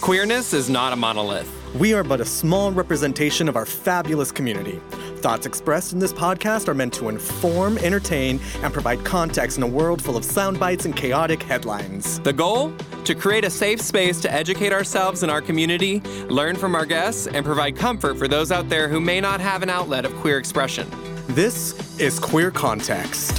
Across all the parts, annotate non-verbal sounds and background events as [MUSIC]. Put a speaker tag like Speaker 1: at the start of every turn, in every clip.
Speaker 1: Queerness is not a monolith.
Speaker 2: We are but a small representation of our fabulous community. Thoughts expressed in this podcast are meant to inform, entertain, and provide context in a world full of sound bites and chaotic headlines.
Speaker 1: The goal? To create a safe space to educate ourselves and our community, learn from our guests, and provide comfort for those out there who may not have an outlet of queer expression.
Speaker 2: This is Queer Context.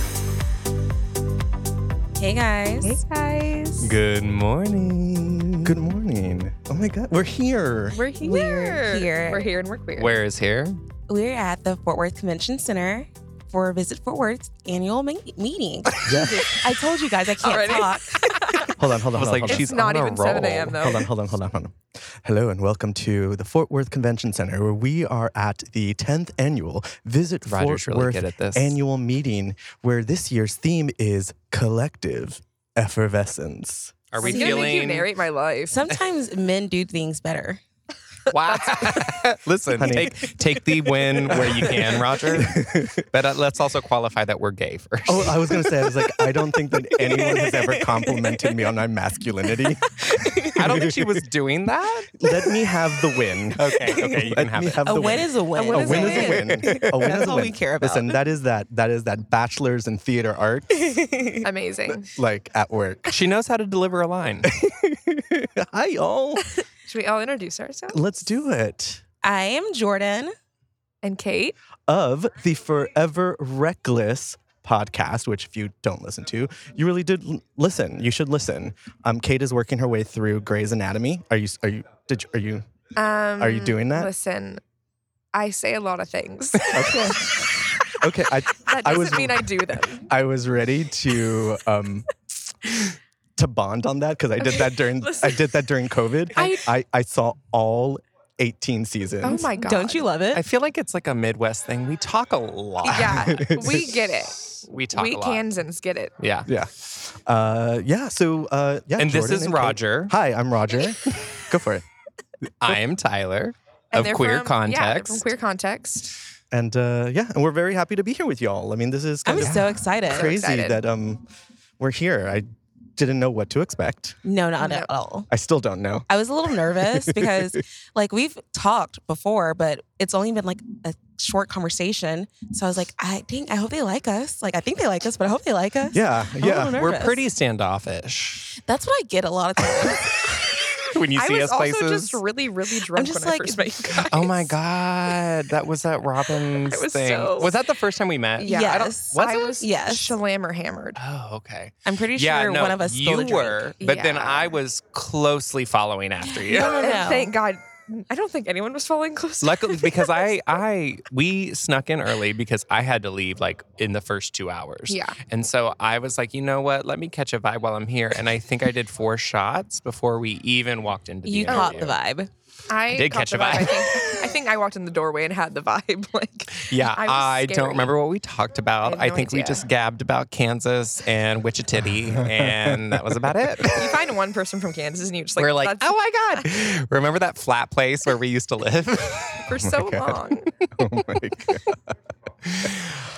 Speaker 3: Hey guys.
Speaker 4: Hey guys.
Speaker 1: Good morning.
Speaker 2: Good morning. Oh my God, we're
Speaker 4: [LAUGHS]
Speaker 2: here.
Speaker 4: We're here.
Speaker 3: We're here.
Speaker 4: We're here and we're queer.
Speaker 1: Where is here?
Speaker 3: We're at the Fort Worth Convention Center for Visit Fort Worth's annual ma- meeting.
Speaker 2: Yeah.
Speaker 3: I told you guys I can't
Speaker 4: Already?
Speaker 3: talk.
Speaker 2: Hold on, hold
Speaker 1: I
Speaker 2: on,
Speaker 1: was like,
Speaker 2: hold on. hold on.
Speaker 1: she's
Speaker 4: It's not
Speaker 1: on a
Speaker 4: even 7
Speaker 1: roll.
Speaker 4: a.m. though.
Speaker 2: Hold on, hold on, hold on, hold on. Hello and welcome to the Fort Worth Convention Center, where we are at the 10th annual Visit
Speaker 1: Roger's
Speaker 2: Fort
Speaker 1: really
Speaker 2: Worth
Speaker 1: good at this.
Speaker 2: annual meeting, where this year's theme is collective effervescence.
Speaker 1: Are we
Speaker 4: You're gonna make you
Speaker 1: feeling?
Speaker 4: narrate
Speaker 3: [LAUGHS]
Speaker 4: my life.
Speaker 3: Sometimes men do things better.
Speaker 1: [LAUGHS]
Speaker 4: [LAUGHS]
Speaker 1: Wow. Listen,
Speaker 2: Honey.
Speaker 1: take, take the win where you can,
Speaker 4: [LAUGHS]
Speaker 1: Roger. But uh, let's also qualify that we're gay first.
Speaker 2: Oh, I was gonna say, I was like, I don't think that anyone has ever complimented me on my masculinity.
Speaker 4: Oh.
Speaker 1: I don't think she was doing that.
Speaker 2: Let me have the win.
Speaker 1: [LAUGHS] Okay, okay, you
Speaker 2: Let
Speaker 1: can have
Speaker 2: me
Speaker 1: it.
Speaker 2: have
Speaker 3: A
Speaker 2: the
Speaker 3: win
Speaker 2: win.
Speaker 3: is a win.
Speaker 2: a win
Speaker 4: win
Speaker 2: is a win. A win
Speaker 3: That's
Speaker 2: is a
Speaker 3: all
Speaker 2: win.
Speaker 3: we care about.
Speaker 2: Listen, that is that. That is that bachelor's in theater art,
Speaker 4: Amazing.
Speaker 2: like at work.
Speaker 1: She knows how to deliver a
Speaker 4: [LAUGHS]
Speaker 1: line.
Speaker 2: Hi, y'all.
Speaker 4: Should we all introduce ourselves?
Speaker 2: Let's do it.
Speaker 3: I am Jordan.
Speaker 4: And Kate.
Speaker 2: Of the Forever Reckless podcast, which if you don't listen to, you really did l- listen. You should listen. Um, Kate is working her way through Grey's Anatomy. Are you? Are you? Did you, are you?
Speaker 4: Um,
Speaker 2: Are you doing that?
Speaker 4: Listen, I say a lot of things.
Speaker 2: Okay.
Speaker 4: [LAUGHS]
Speaker 2: okay. I,
Speaker 4: That
Speaker 2: I
Speaker 4: doesn't
Speaker 2: was-
Speaker 4: mean I do them.
Speaker 2: I was ready to um to bond on that because I did that during I
Speaker 4: Listen.
Speaker 2: did that during COVID. I,
Speaker 4: I-
Speaker 2: I, saw all 18 seasons.
Speaker 4: Oh my god.
Speaker 3: Don't you love it?
Speaker 1: I feel like it's like a Midwest thing. We talk a lot.
Speaker 4: [LAUGHS] Yeah, we
Speaker 2: [LAUGHS]
Speaker 4: get it.
Speaker 1: We talk
Speaker 4: we
Speaker 1: a lot.
Speaker 4: Kansans get it.
Speaker 1: Yeah.
Speaker 2: Yeah. Uh yeah. So uh yeah.
Speaker 1: And this
Speaker 2: Jordan
Speaker 1: is
Speaker 2: Kate.
Speaker 1: Roger.
Speaker 2: Hi, I'm [LAUGHS] Roger. Go for it.
Speaker 1: I am Tyler
Speaker 4: And
Speaker 1: of
Speaker 4: they're
Speaker 1: Queer
Speaker 4: from-
Speaker 1: Context.
Speaker 4: Yeah, they're from queer context.
Speaker 2: And uh yeah, and we're very happy to be here with y'all. I mean, this is
Speaker 3: I'm
Speaker 2: kind of
Speaker 3: so excited.
Speaker 2: crazy
Speaker 4: excited.
Speaker 2: that um we're here. I didn't know what to expect.
Speaker 3: No, not
Speaker 4: No.
Speaker 3: at all.
Speaker 2: I still don't know.
Speaker 3: I was a little nervous because like we've talked before, but it's only been like a short conversation. So I was like, I think I hope they like us. Like I think they like us, but I hope they like us.
Speaker 2: Yeah,
Speaker 3: I'm a
Speaker 2: yeah.
Speaker 3: little
Speaker 1: We're
Speaker 3: nervous.
Speaker 1: pretty
Speaker 3: [LAUGHS]
Speaker 1: standoffish.
Speaker 3: That's what I get a lot of times.
Speaker 1: when you
Speaker 4: I
Speaker 1: see
Speaker 4: was
Speaker 1: us
Speaker 4: also
Speaker 1: places.
Speaker 4: just really, really drunk
Speaker 3: just
Speaker 4: when
Speaker 3: like-
Speaker 4: I first met
Speaker 3: [LAUGHS]
Speaker 4: you guys.
Speaker 1: Oh my God. That was
Speaker 4: [LAUGHS]
Speaker 1: that Robin's
Speaker 4: I was
Speaker 1: thing.
Speaker 4: so-
Speaker 1: Was that the first time we met?
Speaker 4: Yeah, I don't-
Speaker 3: Yes.
Speaker 1: Was
Speaker 4: I
Speaker 1: it?
Speaker 4: was
Speaker 3: Yes.
Speaker 4: slammer hammered.
Speaker 1: Oh, okay.
Speaker 3: I'm pretty
Speaker 1: yeah,
Speaker 3: sure
Speaker 1: no,
Speaker 3: one of us
Speaker 1: you
Speaker 3: stole the drink.
Speaker 1: were, but then
Speaker 4: Yeah.
Speaker 1: I was closely following after you.
Speaker 3: No, no,
Speaker 4: And
Speaker 3: no.
Speaker 4: thank God. I don't think anyone was following close. [LAUGHS]
Speaker 1: Luckily, because I, I, we snuck in early because I had to leave like in the first two hours.
Speaker 4: Yeah.
Speaker 1: And so I was like, you know what? Let me catch a vibe while I'm here. And I think I did four shots before we even walked into the
Speaker 3: You
Speaker 1: interview.
Speaker 3: caught the vibe.
Speaker 4: I
Speaker 1: did
Speaker 4: caught
Speaker 1: catch
Speaker 4: the
Speaker 1: a vibe.
Speaker 4: I think, I think I walked in the doorway and had the vibe. [LAUGHS] Like,
Speaker 1: Yeah,
Speaker 4: I was
Speaker 1: I, don't
Speaker 4: scary.
Speaker 1: remember what we talked about.
Speaker 4: have
Speaker 1: I,
Speaker 4: no
Speaker 1: think we
Speaker 4: idea.
Speaker 1: just gabbed about Kansas and Wichita,
Speaker 4: [LAUGHS]
Speaker 1: and that was about it. [LAUGHS]
Speaker 4: you find one person from Kansas and you just like,
Speaker 1: We're like,
Speaker 4: that's
Speaker 1: oh my God. Remember that flat place where we used to live?
Speaker 4: [LAUGHS] for so long.
Speaker 2: Oh my God.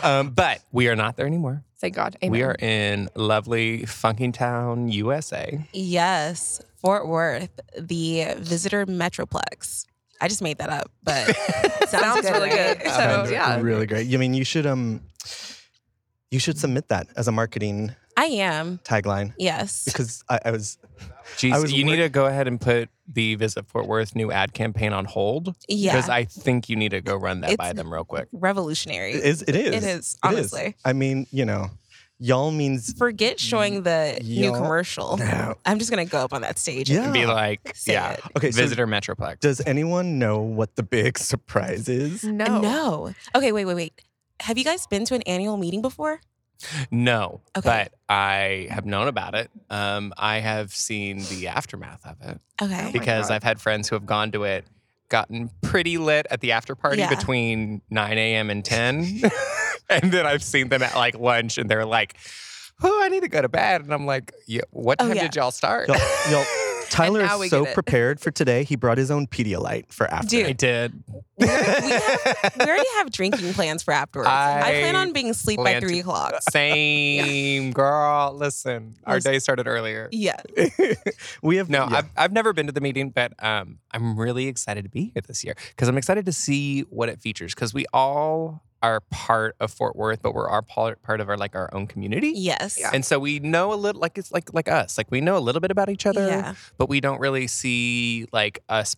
Speaker 1: um, but we are not there anymore.
Speaker 4: Thank God. Amen.
Speaker 1: We are in lovely Funkintown, USA.
Speaker 3: Yes, Fort Worth, the visitor metroplex. I just made that up,
Speaker 1: [LAUGHS]
Speaker 3: but it sounds
Speaker 4: Sounds
Speaker 3: good,
Speaker 4: really
Speaker 3: right?
Speaker 4: good. So,
Speaker 2: And
Speaker 4: yeah.
Speaker 2: Really great. I mean, you should um you should submit that as a marketing
Speaker 3: I am.
Speaker 2: tagline
Speaker 1: [LAUGHS]
Speaker 3: Yes.
Speaker 2: because I, I was
Speaker 1: Jeez,
Speaker 2: I was
Speaker 1: you need
Speaker 2: wor-
Speaker 1: to go ahead and put the Visit Fort Worth new ad campaign on hold.
Speaker 3: Yeah.
Speaker 1: Because I think you need to go run that
Speaker 3: It's-
Speaker 1: by them real quick.
Speaker 3: Revolutionary.
Speaker 2: it is it is
Speaker 3: It is, honestly.
Speaker 2: I mean, you know, y'all means
Speaker 3: Forget showing the
Speaker 2: Yeah.
Speaker 3: new
Speaker 1: [LAUGHS]
Speaker 3: commercial.
Speaker 2: No.
Speaker 3: I'm just gonna go up on that stage.
Speaker 2: yeah.
Speaker 1: And be like,
Speaker 3: Oh, Say
Speaker 1: yeah,
Speaker 3: it.
Speaker 2: Okay, so-
Speaker 1: Visitor Metroplex.
Speaker 2: Does anyone know what the big [LAUGHS] surprise is?
Speaker 4: No.
Speaker 3: No. Okay, wait, wait, wait. Have you guys been to an annual meeting before?
Speaker 1: No,
Speaker 3: Okay.
Speaker 1: but I have known about it. Um, I have seen the aftermath of
Speaker 3: Oh
Speaker 1: it
Speaker 3: Okay.
Speaker 4: Be-
Speaker 1: because
Speaker 4: God.
Speaker 1: I've had friends who have gone to it, gotten pretty lit at the after party
Speaker 3: Yeah.
Speaker 1: between 9 a.m. and 10. [LAUGHS] and then I've seen them at like lunch and they're like, oh, I need to go to bed. And I'm like, yeah, what
Speaker 3: Oh,
Speaker 1: time
Speaker 3: yeah.
Speaker 1: did y'all start?
Speaker 2: [LAUGHS] Y'all, y'all, Tyler
Speaker 4: now we
Speaker 2: is so
Speaker 4: get it.
Speaker 2: prepared for today. He brought his own Pedialyte for after.
Speaker 3: Dude.
Speaker 1: I did.
Speaker 3: We already, we have, we already have drinking plans for afterwards. I,
Speaker 1: I
Speaker 3: plan on being asleep by
Speaker 1: plan to-
Speaker 3: three o'clock.
Speaker 1: [LAUGHS] Same girl. Listen, our
Speaker 3: Listen.
Speaker 1: day started earlier.
Speaker 3: Yeah.
Speaker 2: we have
Speaker 1: No,
Speaker 2: yeah.
Speaker 1: I've, I've never been to the meeting, but um, I'm really excited to be here this year because I'm excited to see what it features because we all are part of Fort Worth, but we're our part, part of our like our own community.
Speaker 3: Yes.
Speaker 4: Yeah.
Speaker 1: And so we know a little like it's like like us. Like we know a little bit about each other,
Speaker 3: Yeah.
Speaker 1: but we don't really see like us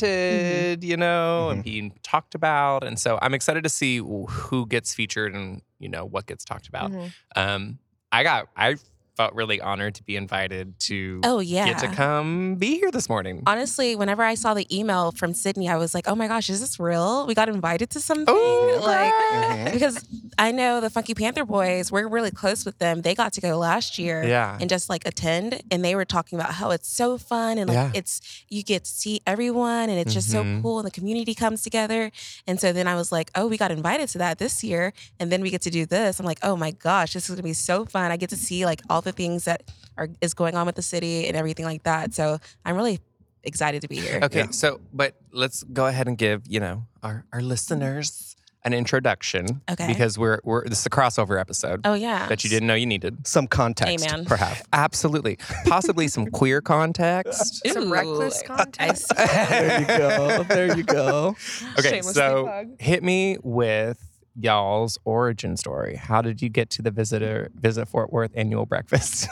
Speaker 1: presented, you know, and being talked about. And so I'm excited to see who gets featured and, you know, what gets talked about.
Speaker 4: Mhm.
Speaker 1: Um I got I felt really honored to be invited to
Speaker 3: Oh yeah.
Speaker 1: get to come be here this morning.
Speaker 3: Honestly, whenever I saw the email from Sydney, I was like, "Oh my gosh, is this real? We got invited to something."
Speaker 1: Oh,
Speaker 3: like
Speaker 2: Mhm.
Speaker 3: because I know the Funky Panther Boys, we're really close with them. They got to go last year.
Speaker 1: yeah.
Speaker 3: and just like attend and they were talking about how it's so fun and like
Speaker 1: Yeah.
Speaker 3: it's you get to see everyone and it's just so
Speaker 1: Mhm.
Speaker 3: cool and the community comes together and so then i was like oh we got invited to that this year and then we get to do this i'm like oh my gosh this is going to be so fun i get to see like all the things that are is going on with the city and everything like that so i'm really excited to be here
Speaker 1: Okay,
Speaker 2: Yeah.
Speaker 1: so but let's go ahead and give, you know, our, our listeners an introduction.
Speaker 3: Okay.
Speaker 1: Because we're we're this is a crossover episode
Speaker 3: oh yeah
Speaker 1: that you didn't know you needed.
Speaker 2: some context,
Speaker 3: Amen.
Speaker 2: perhaps.
Speaker 1: Absolutely. Possibly some queer context.
Speaker 4: Some
Speaker 3: Ooh,
Speaker 4: reckless
Speaker 3: I
Speaker 4: context.
Speaker 3: see.
Speaker 2: [LAUGHS] There you go. There you go.
Speaker 1: [LAUGHS] Okay,
Speaker 4: Shamelessly
Speaker 1: so
Speaker 4: plug.
Speaker 1: hit me with y'all's origin story. How did you get to the visitor visit Fort Worth annual breakfast?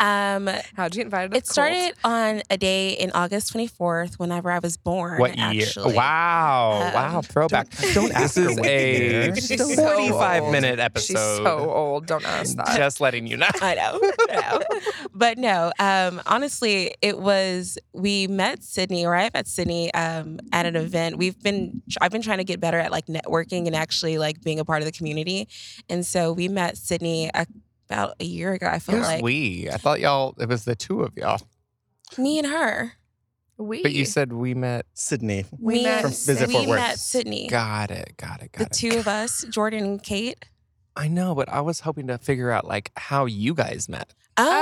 Speaker 3: um
Speaker 4: How'd you get invited? to the
Speaker 3: it
Speaker 4: cult?
Speaker 3: started on a day in august 24th whenever i was born
Speaker 1: what year? Oh,
Speaker 3: actually.
Speaker 1: Wow,
Speaker 3: Um,
Speaker 1: wow, throwback.
Speaker 2: don't- don't ask
Speaker 1: this is
Speaker 2: her what
Speaker 1: a
Speaker 2: year.
Speaker 4: She's so
Speaker 1: forty-five
Speaker 4: old.
Speaker 1: minute episode.
Speaker 4: She's so old. Don't ask that.
Speaker 1: Just letting [LAUGHS] you know.
Speaker 3: I know, I know. but no. Um, honestly, it was we met Sydney, or I met Sydney um, at
Speaker 4: Mm-hmm.
Speaker 3: an event. We've been I've been trying to get better at like networking and actually like being a part of the community, and so we met Sydney a- about a year ago. I feel
Speaker 1: Who's
Speaker 3: like
Speaker 1: we? I thought y'all. It was the two of y'all.
Speaker 3: me and her.
Speaker 4: we.
Speaker 1: But you said we met.
Speaker 2: Sydney.
Speaker 4: We
Speaker 3: me
Speaker 4: met-
Speaker 3: and
Speaker 4: From
Speaker 2: Visit
Speaker 3: we
Speaker 2: Fort Worth.
Speaker 3: met Sydney.
Speaker 1: Got it. Got it. Got
Speaker 3: the
Speaker 1: it.
Speaker 3: two of us, Jordan and Kate.
Speaker 1: I know, but I was hoping to figure out like how you guys met.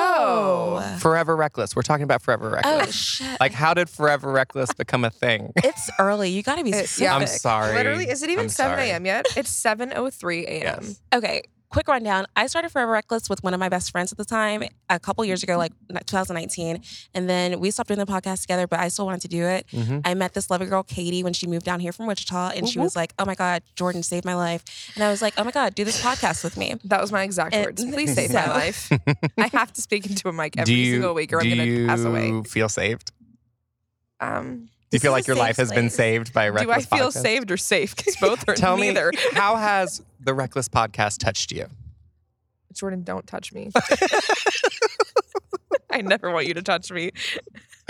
Speaker 3: Oh,
Speaker 1: Forever Reckless. We're talking about Forever
Speaker 3: oh,
Speaker 1: Reckless.
Speaker 3: shit!
Speaker 1: Like, how did Forever Reckless become a thing?
Speaker 3: it's early. You got to be
Speaker 4: It- yeah.
Speaker 3: specific.
Speaker 1: I'm
Speaker 4: Sick.
Speaker 1: sorry.
Speaker 4: Literally, is it even
Speaker 1: I'm
Speaker 4: 7
Speaker 1: sorry.
Speaker 4: a.m. yet? It's 7.03 a.m.
Speaker 1: Yes.
Speaker 3: okay quick rundown i started forever reckless with one of my best friends at the time a couple years ago like 2019 and then we stopped doing the podcast together but i still wanted to do it
Speaker 1: [LAUGHS] Mhm.
Speaker 3: i met this lovely girl katie when she moved down here from wichita and she
Speaker 1: Whoop,
Speaker 3: was like oh my god jordan saved my life and i was like oh my god do this podcast with me
Speaker 4: That was my exact
Speaker 1: [LAUGHS]
Speaker 3: And-
Speaker 4: words. Please save my
Speaker 3: So-
Speaker 4: life. I have to speak into a mic every
Speaker 1: do you,
Speaker 4: single week or I'm
Speaker 1: do
Speaker 4: going to pass away.
Speaker 1: you feel saved?
Speaker 4: Um,
Speaker 1: Do you
Speaker 3: This
Speaker 1: feel
Speaker 3: is
Speaker 1: like
Speaker 3: a
Speaker 1: your
Speaker 3: safe
Speaker 1: life has been
Speaker 3: place.
Speaker 1: saved by a
Speaker 4: do I
Speaker 1: Reckless
Speaker 4: feel
Speaker 1: podcast?
Speaker 4: saved or safe?
Speaker 1: [LAUGHS]
Speaker 4: Because both are
Speaker 1: Tell
Speaker 4: neither.
Speaker 1: me, how has the Reckless podcast touched you?
Speaker 4: Jordan, don't touch me. [LAUGHS] I never want you to touch me.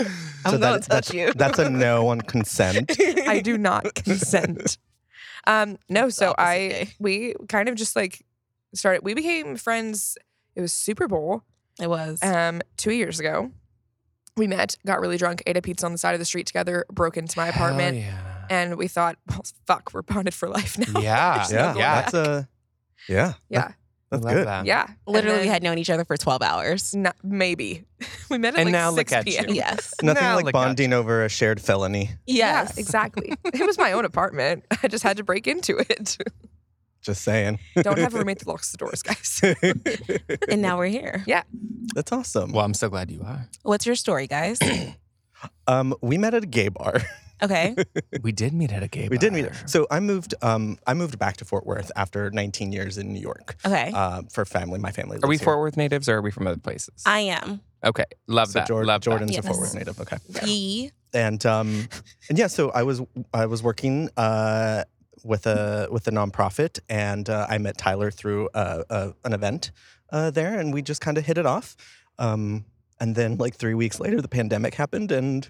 Speaker 2: So
Speaker 4: I'm
Speaker 2: that-
Speaker 4: going to touch
Speaker 2: that's-
Speaker 4: you.
Speaker 2: That's a no on consent.
Speaker 4: I
Speaker 1: [LAUGHS]
Speaker 4: do not consent. Um, no, so
Speaker 3: opposite
Speaker 4: I
Speaker 3: day.
Speaker 4: we kind of just like started. We became friends. It was Super Bowl
Speaker 3: it was
Speaker 4: um, two years ago. We met, got really drunk, ate a pizza on the side of the street together, broke into my
Speaker 1: [LAUGHS]
Speaker 4: apartment,
Speaker 1: Hell
Speaker 4: and we thought, well, fuck, we're bonded for life
Speaker 1: [LAUGHS]
Speaker 4: now.
Speaker 1: Yeah.
Speaker 4: There's no
Speaker 2: Yeah.
Speaker 4: going
Speaker 1: yeah.
Speaker 4: back.
Speaker 2: That's a yeah.
Speaker 4: Yeah.
Speaker 2: That's
Speaker 1: Love
Speaker 2: good.
Speaker 1: that.
Speaker 4: Yeah,
Speaker 3: literally we
Speaker 4: And then-
Speaker 3: had known each other for 12 hours
Speaker 4: No, maybe [LAUGHS] we met at
Speaker 1: And
Speaker 4: like
Speaker 1: now look
Speaker 4: 6
Speaker 1: at
Speaker 4: p.m.
Speaker 1: you.
Speaker 3: [LAUGHS] yes
Speaker 2: Nothing
Speaker 1: Now
Speaker 2: like
Speaker 1: look at
Speaker 2: bonding over a shared felony.
Speaker 4: Yeah,
Speaker 3: yes
Speaker 4: exactly. [LAUGHS] it was my own apartment. [LAUGHS] I just had to break into it.
Speaker 2: Just saying.
Speaker 4: Don't have a roommate that locks the doors, guys.
Speaker 3: and now we're here
Speaker 2: That's awesome.
Speaker 1: Well, I'm so glad you are.
Speaker 3: what's your story guys
Speaker 2: Um, we met at a gay bar.
Speaker 3: okay
Speaker 1: [LAUGHS] We did meet at a gay
Speaker 2: We did meet.
Speaker 1: bar.
Speaker 2: So I moved. Um, I moved back to Fort Worth after 19 years in New York.
Speaker 3: okay
Speaker 2: Uh, for family, my family.
Speaker 1: Are we
Speaker 2: lives here.
Speaker 1: Fort Worth natives or are we from other places?
Speaker 3: i am
Speaker 1: okay. Love
Speaker 2: So
Speaker 1: that.
Speaker 2: Jor-
Speaker 1: love
Speaker 2: Jordan's
Speaker 1: that.
Speaker 2: a Fort
Speaker 3: Yes.
Speaker 2: Worth native. Okay.
Speaker 3: Yee.
Speaker 2: and um, and yeah, so I was I was working uh, with a with a nonprofit, and uh, I met Tyler through uh, uh, an event uh, there, and we just kind of hit it off. Um, and then like three weeks later, the pandemic happened, and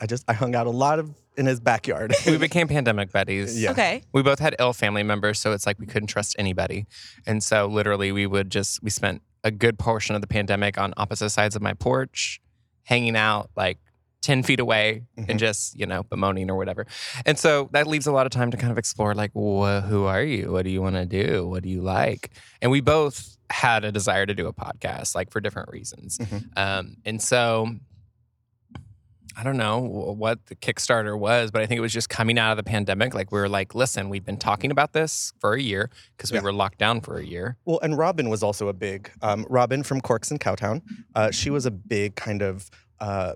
Speaker 2: I just I hung out a lot of in his
Speaker 1: [LAUGHS]
Speaker 2: backyard.
Speaker 1: We became pandemic buddies.
Speaker 2: Yeah.
Speaker 3: okay
Speaker 1: We both had ill family members, so it's like we couldn't trust anybody. And so literally we would just we spent a good portion of the pandemic on opposite sides of my porch, hanging out like 10 feet away
Speaker 2: Mhm.
Speaker 1: and just, you know, bemoaning or whatever. And so that leaves a lot of time to kind of explore like, wha who are you? What do you want to do? What do you like? And we both had a desire to do a podcast, like for different reasons.
Speaker 2: Mhm.
Speaker 1: Um, and so I don't know wh- what the Kickstarter was, but I think it was just coming out of the pandemic. Like we were like, listen, we've been talking about this for a year because we
Speaker 2: Yeah.
Speaker 1: were locked down for a year.
Speaker 2: Well, and Robin was also a big um, Robin from Corks and Cowtown. Uh, she was a big kind of uh,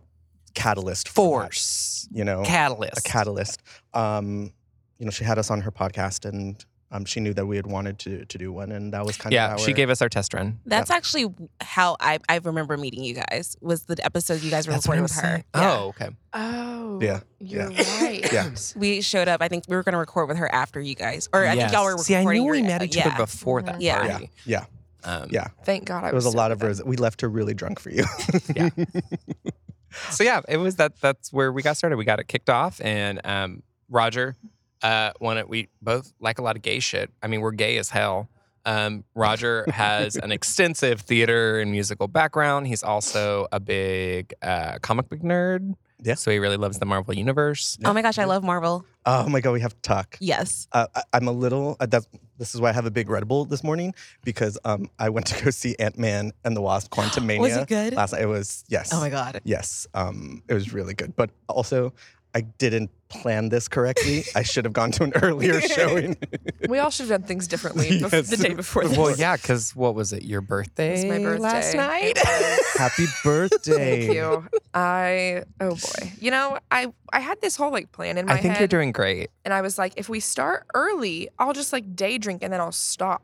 Speaker 2: catalyst for that,
Speaker 1: Force
Speaker 2: you know, Oh, a
Speaker 1: catalyst.
Speaker 2: catalyst. Um, you know, she had us on her podcast, and um, she knew that we had wanted to to do one, and that was kind
Speaker 1: yeah,
Speaker 2: of our,
Speaker 1: she gave us our test run.
Speaker 3: That's actually how I, I remember meeting you guys was the episode you guys were recording with her. Yeah.
Speaker 1: Oh, okay.
Speaker 4: [LAUGHS] Oh.
Speaker 2: Yeah,
Speaker 4: You're
Speaker 2: yeah.
Speaker 4: right.
Speaker 2: Yeah.
Speaker 3: We showed up. I think we were going to record with her after you guys, or I
Speaker 1: Yes.
Speaker 3: think y'all were
Speaker 1: See, I
Speaker 3: recording.
Speaker 1: knew
Speaker 3: your- uh,
Speaker 1: we met each
Speaker 3: yeah. Mm-hmm.
Speaker 1: other before that
Speaker 3: Yeah.
Speaker 2: Yeah,
Speaker 1: party.
Speaker 2: yeah.
Speaker 1: Um,
Speaker 2: Yeah.
Speaker 4: Thank God I
Speaker 2: It was a
Speaker 4: still
Speaker 2: lot
Speaker 4: with
Speaker 2: of
Speaker 4: them.
Speaker 2: rose. We left her really drunk for you. [LAUGHS]
Speaker 1: [LAUGHS] So yeah, it was that. That's where we got started. We got it kicked off, and um, Roger, uh, one we both like a lot of gay shit. I mean, we're gay as hell. Um, Roger has
Speaker 2: [LAUGHS]
Speaker 1: an extensive theater and musical background. He's also a big uh, comic book nerd.
Speaker 2: Yeah.
Speaker 1: So he really loves the Marvel universe.
Speaker 3: Oh my gosh, I love Marvel.
Speaker 2: oh my god, we have to talk.
Speaker 3: Yes.
Speaker 2: Uh, I, I'm a little. Uh, that's, this is why I have a big Red Bull this morning because um, I went to go see Ant Man and the Wasp: Quantumania
Speaker 3: [GASPS] Was it good?
Speaker 2: last night. It was yes.
Speaker 3: Oh my god.
Speaker 2: Yes, um, it was really good. But also, I didn't plan this correctly. I should have gone to an [LAUGHS]
Speaker 3: [LAUGHS]
Speaker 2: earlier showing.
Speaker 4: We all should have done things differently bef-
Speaker 2: Yes.
Speaker 4: the day before. This.
Speaker 1: Well, yeah, because what was it? Your birthday?
Speaker 4: It was my birthday
Speaker 1: last night.
Speaker 2: [LAUGHS] Happy birthday!
Speaker 4: Thank you. I oh boy. You know, I I had this whole like plan in my
Speaker 1: I think
Speaker 4: head,
Speaker 1: you're doing great.
Speaker 4: and I was like, if we start early, I'll just like day drink and then I'll stop.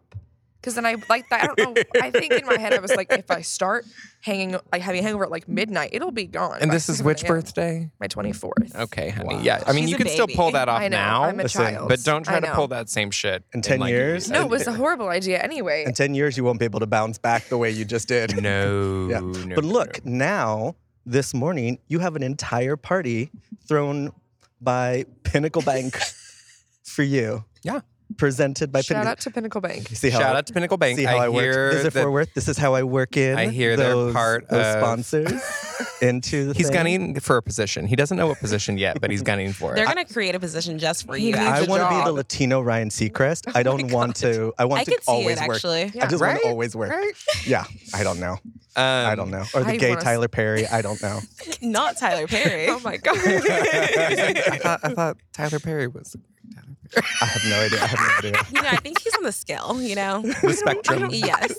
Speaker 4: Because then I like that. I don't know. I think in my head I was like, if I start hanging like having a hangover at like midnight, it'll be gone.
Speaker 1: And
Speaker 4: by
Speaker 1: this is
Speaker 4: 7
Speaker 1: which
Speaker 4: a.m.
Speaker 1: birthday?
Speaker 4: My twenty fourth.
Speaker 1: Okay, honey.
Speaker 2: Wow.
Speaker 1: Yeah. I mean,
Speaker 3: She's
Speaker 1: you
Speaker 3: a
Speaker 1: can still
Speaker 3: baby.
Speaker 1: pull that off
Speaker 4: [LAUGHS] I know.
Speaker 1: now.
Speaker 4: I'm a
Speaker 2: Listen,
Speaker 4: child.
Speaker 1: But don't
Speaker 4: I
Speaker 1: try to
Speaker 4: know.
Speaker 1: pull that same shit
Speaker 2: In 10
Speaker 1: like,
Speaker 2: years?
Speaker 4: No,
Speaker 1: [LAUGHS]
Speaker 4: it was a horrible idea anyway.
Speaker 2: In ten years, you won't be able to bounce back the way you
Speaker 1: [LAUGHS]
Speaker 2: just did.
Speaker 1: No,
Speaker 2: [LAUGHS] Yeah.
Speaker 1: no,
Speaker 2: But
Speaker 1: no,
Speaker 2: look, now this morning, you have an entire party thrown by
Speaker 1: [LAUGHS]
Speaker 2: Pinnacle Bank for you.
Speaker 1: Yeah.
Speaker 2: presented by
Speaker 4: Shout
Speaker 2: Pinnacle.
Speaker 4: out to Pinnacle Bank.
Speaker 2: See
Speaker 1: no.
Speaker 2: how
Speaker 1: shout
Speaker 2: I-
Speaker 1: out to Pinnacle Bank.
Speaker 2: See how I,
Speaker 1: I hear
Speaker 2: work. This is
Speaker 1: that
Speaker 2: Fort Worth. This is how I work in.
Speaker 1: I hear they're
Speaker 2: those,
Speaker 1: part
Speaker 2: those
Speaker 1: of- [LAUGHS]
Speaker 2: sponsors into. The
Speaker 1: he's
Speaker 2: thing.
Speaker 1: gunning for a position. He doesn't know what position yet, but he's gunning for
Speaker 3: They're
Speaker 1: it.
Speaker 3: going to create a position just for
Speaker 4: He
Speaker 3: you.
Speaker 4: needs
Speaker 2: I
Speaker 4: a
Speaker 3: actually.
Speaker 2: want to be the
Speaker 4: job.
Speaker 2: Latino Ryan Seacrest.
Speaker 1: [LAUGHS]
Speaker 2: I don't want to. I want
Speaker 3: I
Speaker 2: to
Speaker 3: could see
Speaker 2: always
Speaker 3: it
Speaker 2: work.
Speaker 4: [LAUGHS]
Speaker 3: actually. [LAUGHS]
Speaker 2: I
Speaker 4: Yeah,
Speaker 2: just want
Speaker 1: Oh right?
Speaker 2: to always work. Yeah, I don't know.
Speaker 1: Um,
Speaker 2: I
Speaker 1: [LAUGHS]
Speaker 2: don't know. Or the
Speaker 4: I
Speaker 2: gay
Speaker 4: wanna s-
Speaker 2: Tyler Perry. I don't know.
Speaker 3: Not Tyler Perry.
Speaker 4: Oh
Speaker 3: [LAUGHS]
Speaker 4: my god.
Speaker 1: I thought, I thought Tyler Perry [LAUGHS] was
Speaker 2: I have no idea. I have no idea.
Speaker 3: you know, I think he's on the scale. You know.
Speaker 1: the spectrum.
Speaker 3: yes.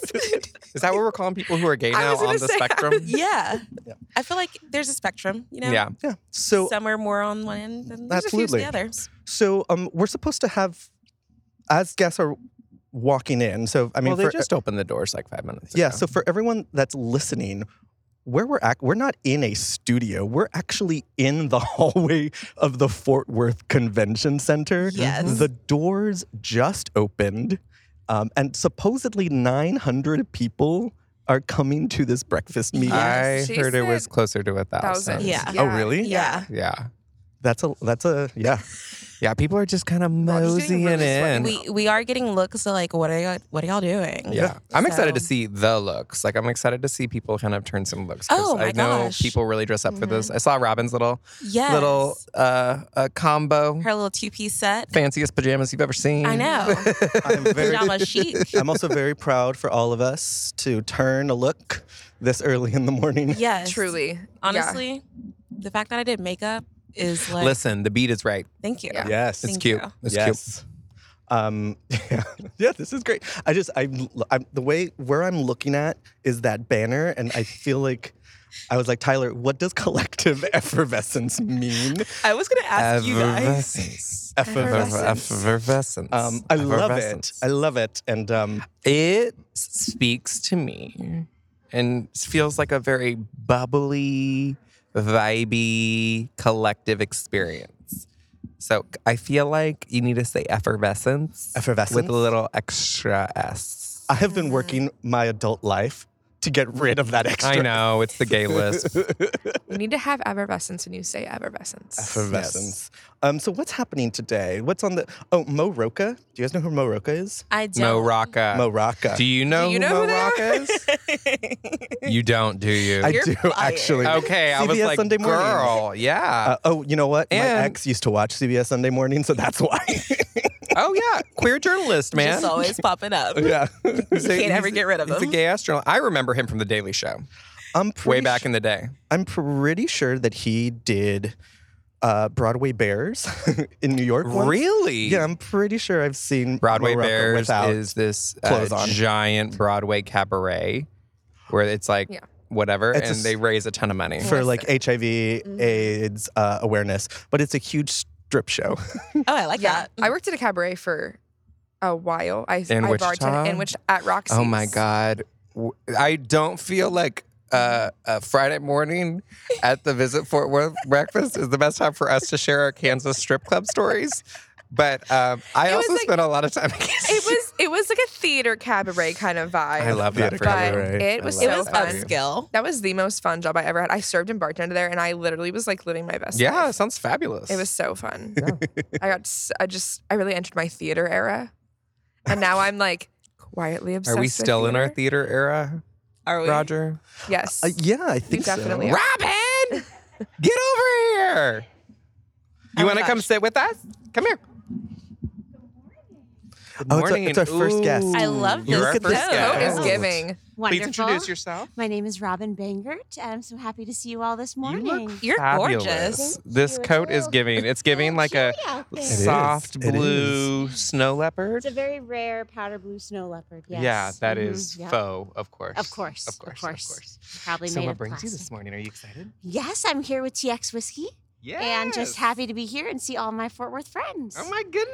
Speaker 1: Is that what we're calling people who are gay
Speaker 4: I
Speaker 1: now
Speaker 4: was gonna
Speaker 1: on the
Speaker 4: say, [LAUGHS]
Speaker 1: spectrum?
Speaker 3: Yeah.
Speaker 2: Yeah.
Speaker 3: I feel like there's a spectrum. You know.
Speaker 1: Yeah.
Speaker 2: [LAUGHS] Yeah. So
Speaker 3: some are more on one end than there's a few to
Speaker 2: Absolutely.
Speaker 3: the others.
Speaker 2: so um we're supposed to have as guests are walking in. So I mean
Speaker 1: well, they
Speaker 2: for uh,
Speaker 1: just opened the doors like five minutes ago.
Speaker 2: yeah, so for everyone that's listening, where we're at, we're not in a studio. We're actually in the [LAUGHS] hallway of the Fort Worth Convention Center.
Speaker 1: Mm-hmm.
Speaker 3: Yes.
Speaker 2: The doors just opened, um, and supposedly 900 people are coming to this breakfast meeting.
Speaker 4: Yes,
Speaker 1: I
Speaker 4: she
Speaker 1: heard it was
Speaker 4: said
Speaker 1: closer to a thousand.
Speaker 4: Thousand.
Speaker 3: Yeah.
Speaker 2: Oh, really?
Speaker 3: Yeah.
Speaker 1: Yeah.
Speaker 2: That's a that's a yeah.
Speaker 1: Yeah. People are just kind of
Speaker 4: Roger's
Speaker 1: moseying
Speaker 4: getting really
Speaker 1: in.
Speaker 4: sweaty.
Speaker 3: We we are getting looks of like what are y'all, what are y'all doing?
Speaker 1: Yeah. I'm excited to
Speaker 3: So-
Speaker 1: see the looks. Like, I'm excited to see people kind of turn some looks. 'cause
Speaker 3: Oh, my
Speaker 1: I know
Speaker 3: gosh. Mm-hmm.
Speaker 1: people really dress up for this. I saw Robin's little
Speaker 3: Yes.
Speaker 1: little uh, uh combo,
Speaker 3: her little two piece set.
Speaker 1: fanciest pajamas you've ever seen.
Speaker 3: I know.
Speaker 1: [LAUGHS]
Speaker 2: I'm very
Speaker 3: Pajama chic.
Speaker 2: I'm also very proud for all of us to turn a look this early in the
Speaker 3: [LAUGHS]
Speaker 2: morning.
Speaker 3: Yes.
Speaker 4: [LAUGHS] Truly. Yeah.
Speaker 3: Honestly, the fact that I did makeup is like
Speaker 1: Listen, the beat is right.
Speaker 3: thank you.
Speaker 4: Yeah.
Speaker 2: Yes.
Speaker 1: It's
Speaker 3: Thank
Speaker 1: cute.
Speaker 3: you.
Speaker 1: It's
Speaker 2: yes. Um, [LAUGHS] yeah, yeah, this is great. I just, I'm, I'm, the way where I'm looking at is that banner, and I feel like I was like, Tyler, what does collective [LAUGHS] effervescence mean?
Speaker 3: I was gonna
Speaker 1: cute.
Speaker 3: ask
Speaker 2: [LAUGHS]
Speaker 1: Effervescence.
Speaker 4: Effervescence.
Speaker 1: Effervescence.
Speaker 2: Um, I love it.
Speaker 1: Effervescence.
Speaker 2: I love it. And um,
Speaker 1: it speaks to me and feels like a very bubbly, vibey, collective experience. So I feel like you need to say effervescence,
Speaker 2: Effervescence?
Speaker 1: with a little extra s.
Speaker 2: I have been working my adult life to get rid of that extra
Speaker 1: I know it's the gay [LAUGHS] list.
Speaker 4: You need to have effervescence and you say effervescence.
Speaker 2: effervescence. Um, so what's happening today? What's on the? Oh, Mo Rocca. Do you guys know who Mo Rocca is?
Speaker 3: I don't.
Speaker 1: Mo Rocca.
Speaker 2: Mo Rocca.
Speaker 1: Uh, Do you know
Speaker 4: Do you
Speaker 1: who
Speaker 4: know
Speaker 1: Mo
Speaker 4: who they are?
Speaker 1: Rocca is?
Speaker 4: [LAUGHS]
Speaker 1: you don't, do you?
Speaker 2: I
Speaker 3: You're
Speaker 2: do
Speaker 3: fired.
Speaker 2: actually.
Speaker 1: okay, I was
Speaker 2: CBS
Speaker 1: like,
Speaker 2: Sunday morning.
Speaker 1: girl, yeah.
Speaker 2: Uh, oh, you know what? My
Speaker 1: And-
Speaker 2: ex used to watch CBS Sunday morning, so that's why. [LAUGHS]
Speaker 1: oh yeah, queer journalist, man. [LAUGHS]
Speaker 3: Just always popping up.
Speaker 2: yeah.
Speaker 1: He's a-
Speaker 3: Can't ever
Speaker 1: he's a-
Speaker 3: get rid of
Speaker 1: He's a
Speaker 3: him.
Speaker 1: gay astronaut. I remember him from The Daily Show.
Speaker 2: I'm pretty
Speaker 1: way back in the day.
Speaker 2: I'm pretty sure that he did uh, Broadway Bears [LAUGHS] in New York. once.
Speaker 1: Really?
Speaker 2: Yeah, I'm pretty sure I've seen
Speaker 1: Broadway
Speaker 2: Morocco
Speaker 1: Bears
Speaker 2: without.
Speaker 1: is this
Speaker 2: clothes
Speaker 1: uh,
Speaker 2: on.
Speaker 1: giant Broadway cabaret where it's like
Speaker 4: Yeah.
Speaker 1: whatever,
Speaker 2: It's a
Speaker 1: and
Speaker 2: s-
Speaker 1: they raise a ton of money.
Speaker 2: for like HIV
Speaker 3: Mm-hmm.
Speaker 2: AIDS uh, awareness, but it's a huge strip show.
Speaker 3: Oh, I like that.
Speaker 4: I worked at a cabaret for a while. I,
Speaker 1: In
Speaker 4: I
Speaker 1: Wichita?
Speaker 4: bartended in which at Roxy's.
Speaker 1: oh my god, W- I don't feel like. Uh, a Friday morning at the Visit Fort Worth breakfast is the best time for us to share our Kansas strip club stories. But um, I
Speaker 4: It was
Speaker 1: also
Speaker 4: like-
Speaker 1: spent a lot of time. in Kansas [LAUGHS]
Speaker 4: It was it was like a theater cabaret kind of vibe.
Speaker 1: I
Speaker 2: [LAUGHS]
Speaker 1: love that
Speaker 2: Theater
Speaker 1: for
Speaker 4: but
Speaker 1: you.
Speaker 2: cabaret.
Speaker 4: it
Speaker 1: I
Speaker 4: was
Speaker 1: love
Speaker 3: it
Speaker 4: so
Speaker 3: was
Speaker 1: that for
Speaker 4: fun.
Speaker 1: you.
Speaker 3: upscale.
Speaker 4: That was the most fun job I ever had. I served and bartended there, and I literally was like living my best.
Speaker 1: Yeah,
Speaker 4: life.
Speaker 1: it sounds fabulous.
Speaker 4: it was so fun. I got s- I just I really entered my theater era, and now I'm like quietly obsessed.
Speaker 1: Are we
Speaker 4: with
Speaker 1: still in our
Speaker 4: theater.
Speaker 1: theater era,
Speaker 3: Are we?
Speaker 1: Roger?
Speaker 4: Yes.
Speaker 2: Uh, yeah, I think
Speaker 4: definitely
Speaker 2: so.
Speaker 4: are.
Speaker 1: Robin, get over here.
Speaker 3: Oh my
Speaker 1: You want to come
Speaker 3: gosh.
Speaker 1: sit with us? Come here. Good
Speaker 2: Oh, it's our- it's our first guest.
Speaker 1: Ooh.
Speaker 2: I
Speaker 3: love
Speaker 1: You're
Speaker 3: this
Speaker 1: our
Speaker 3: coat.
Speaker 1: first
Speaker 4: Coat
Speaker 1: guest.
Speaker 4: is giving.
Speaker 1: Please
Speaker 5: Wonderful.
Speaker 1: introduce yourself.
Speaker 5: My name is Robin Bangert, and I'm so happy to see you all this
Speaker 1: You
Speaker 5: morning.
Speaker 1: look
Speaker 3: You're
Speaker 1: fabulous.
Speaker 3: gorgeous.
Speaker 1: This
Speaker 5: you. It's
Speaker 1: coat
Speaker 5: a
Speaker 1: is
Speaker 5: little-
Speaker 1: giving. It's
Speaker 5: Little
Speaker 1: giving like
Speaker 2: [LAUGHS]
Speaker 1: a
Speaker 5: chilly out there.
Speaker 2: is.
Speaker 1: soft
Speaker 2: It is.
Speaker 1: blue snow leopard.
Speaker 5: It's a very rare powder blue snow leopard. Yes.
Speaker 1: Yeah, that
Speaker 5: Mhm,
Speaker 1: is
Speaker 5: yeah.
Speaker 1: faux, of course.
Speaker 5: Of course,
Speaker 1: Of
Speaker 5: of
Speaker 1: course.
Speaker 5: course.
Speaker 1: course.
Speaker 5: Probably
Speaker 1: so
Speaker 5: made
Speaker 1: what
Speaker 5: of
Speaker 1: brings you this
Speaker 5: plastic.
Speaker 1: morning? Are you excited?
Speaker 5: Yes, I'm here with TX Whiskey,
Speaker 1: Yeah.
Speaker 5: and just happy to be here and see all my Fort Worth friends.
Speaker 1: Oh my goodness.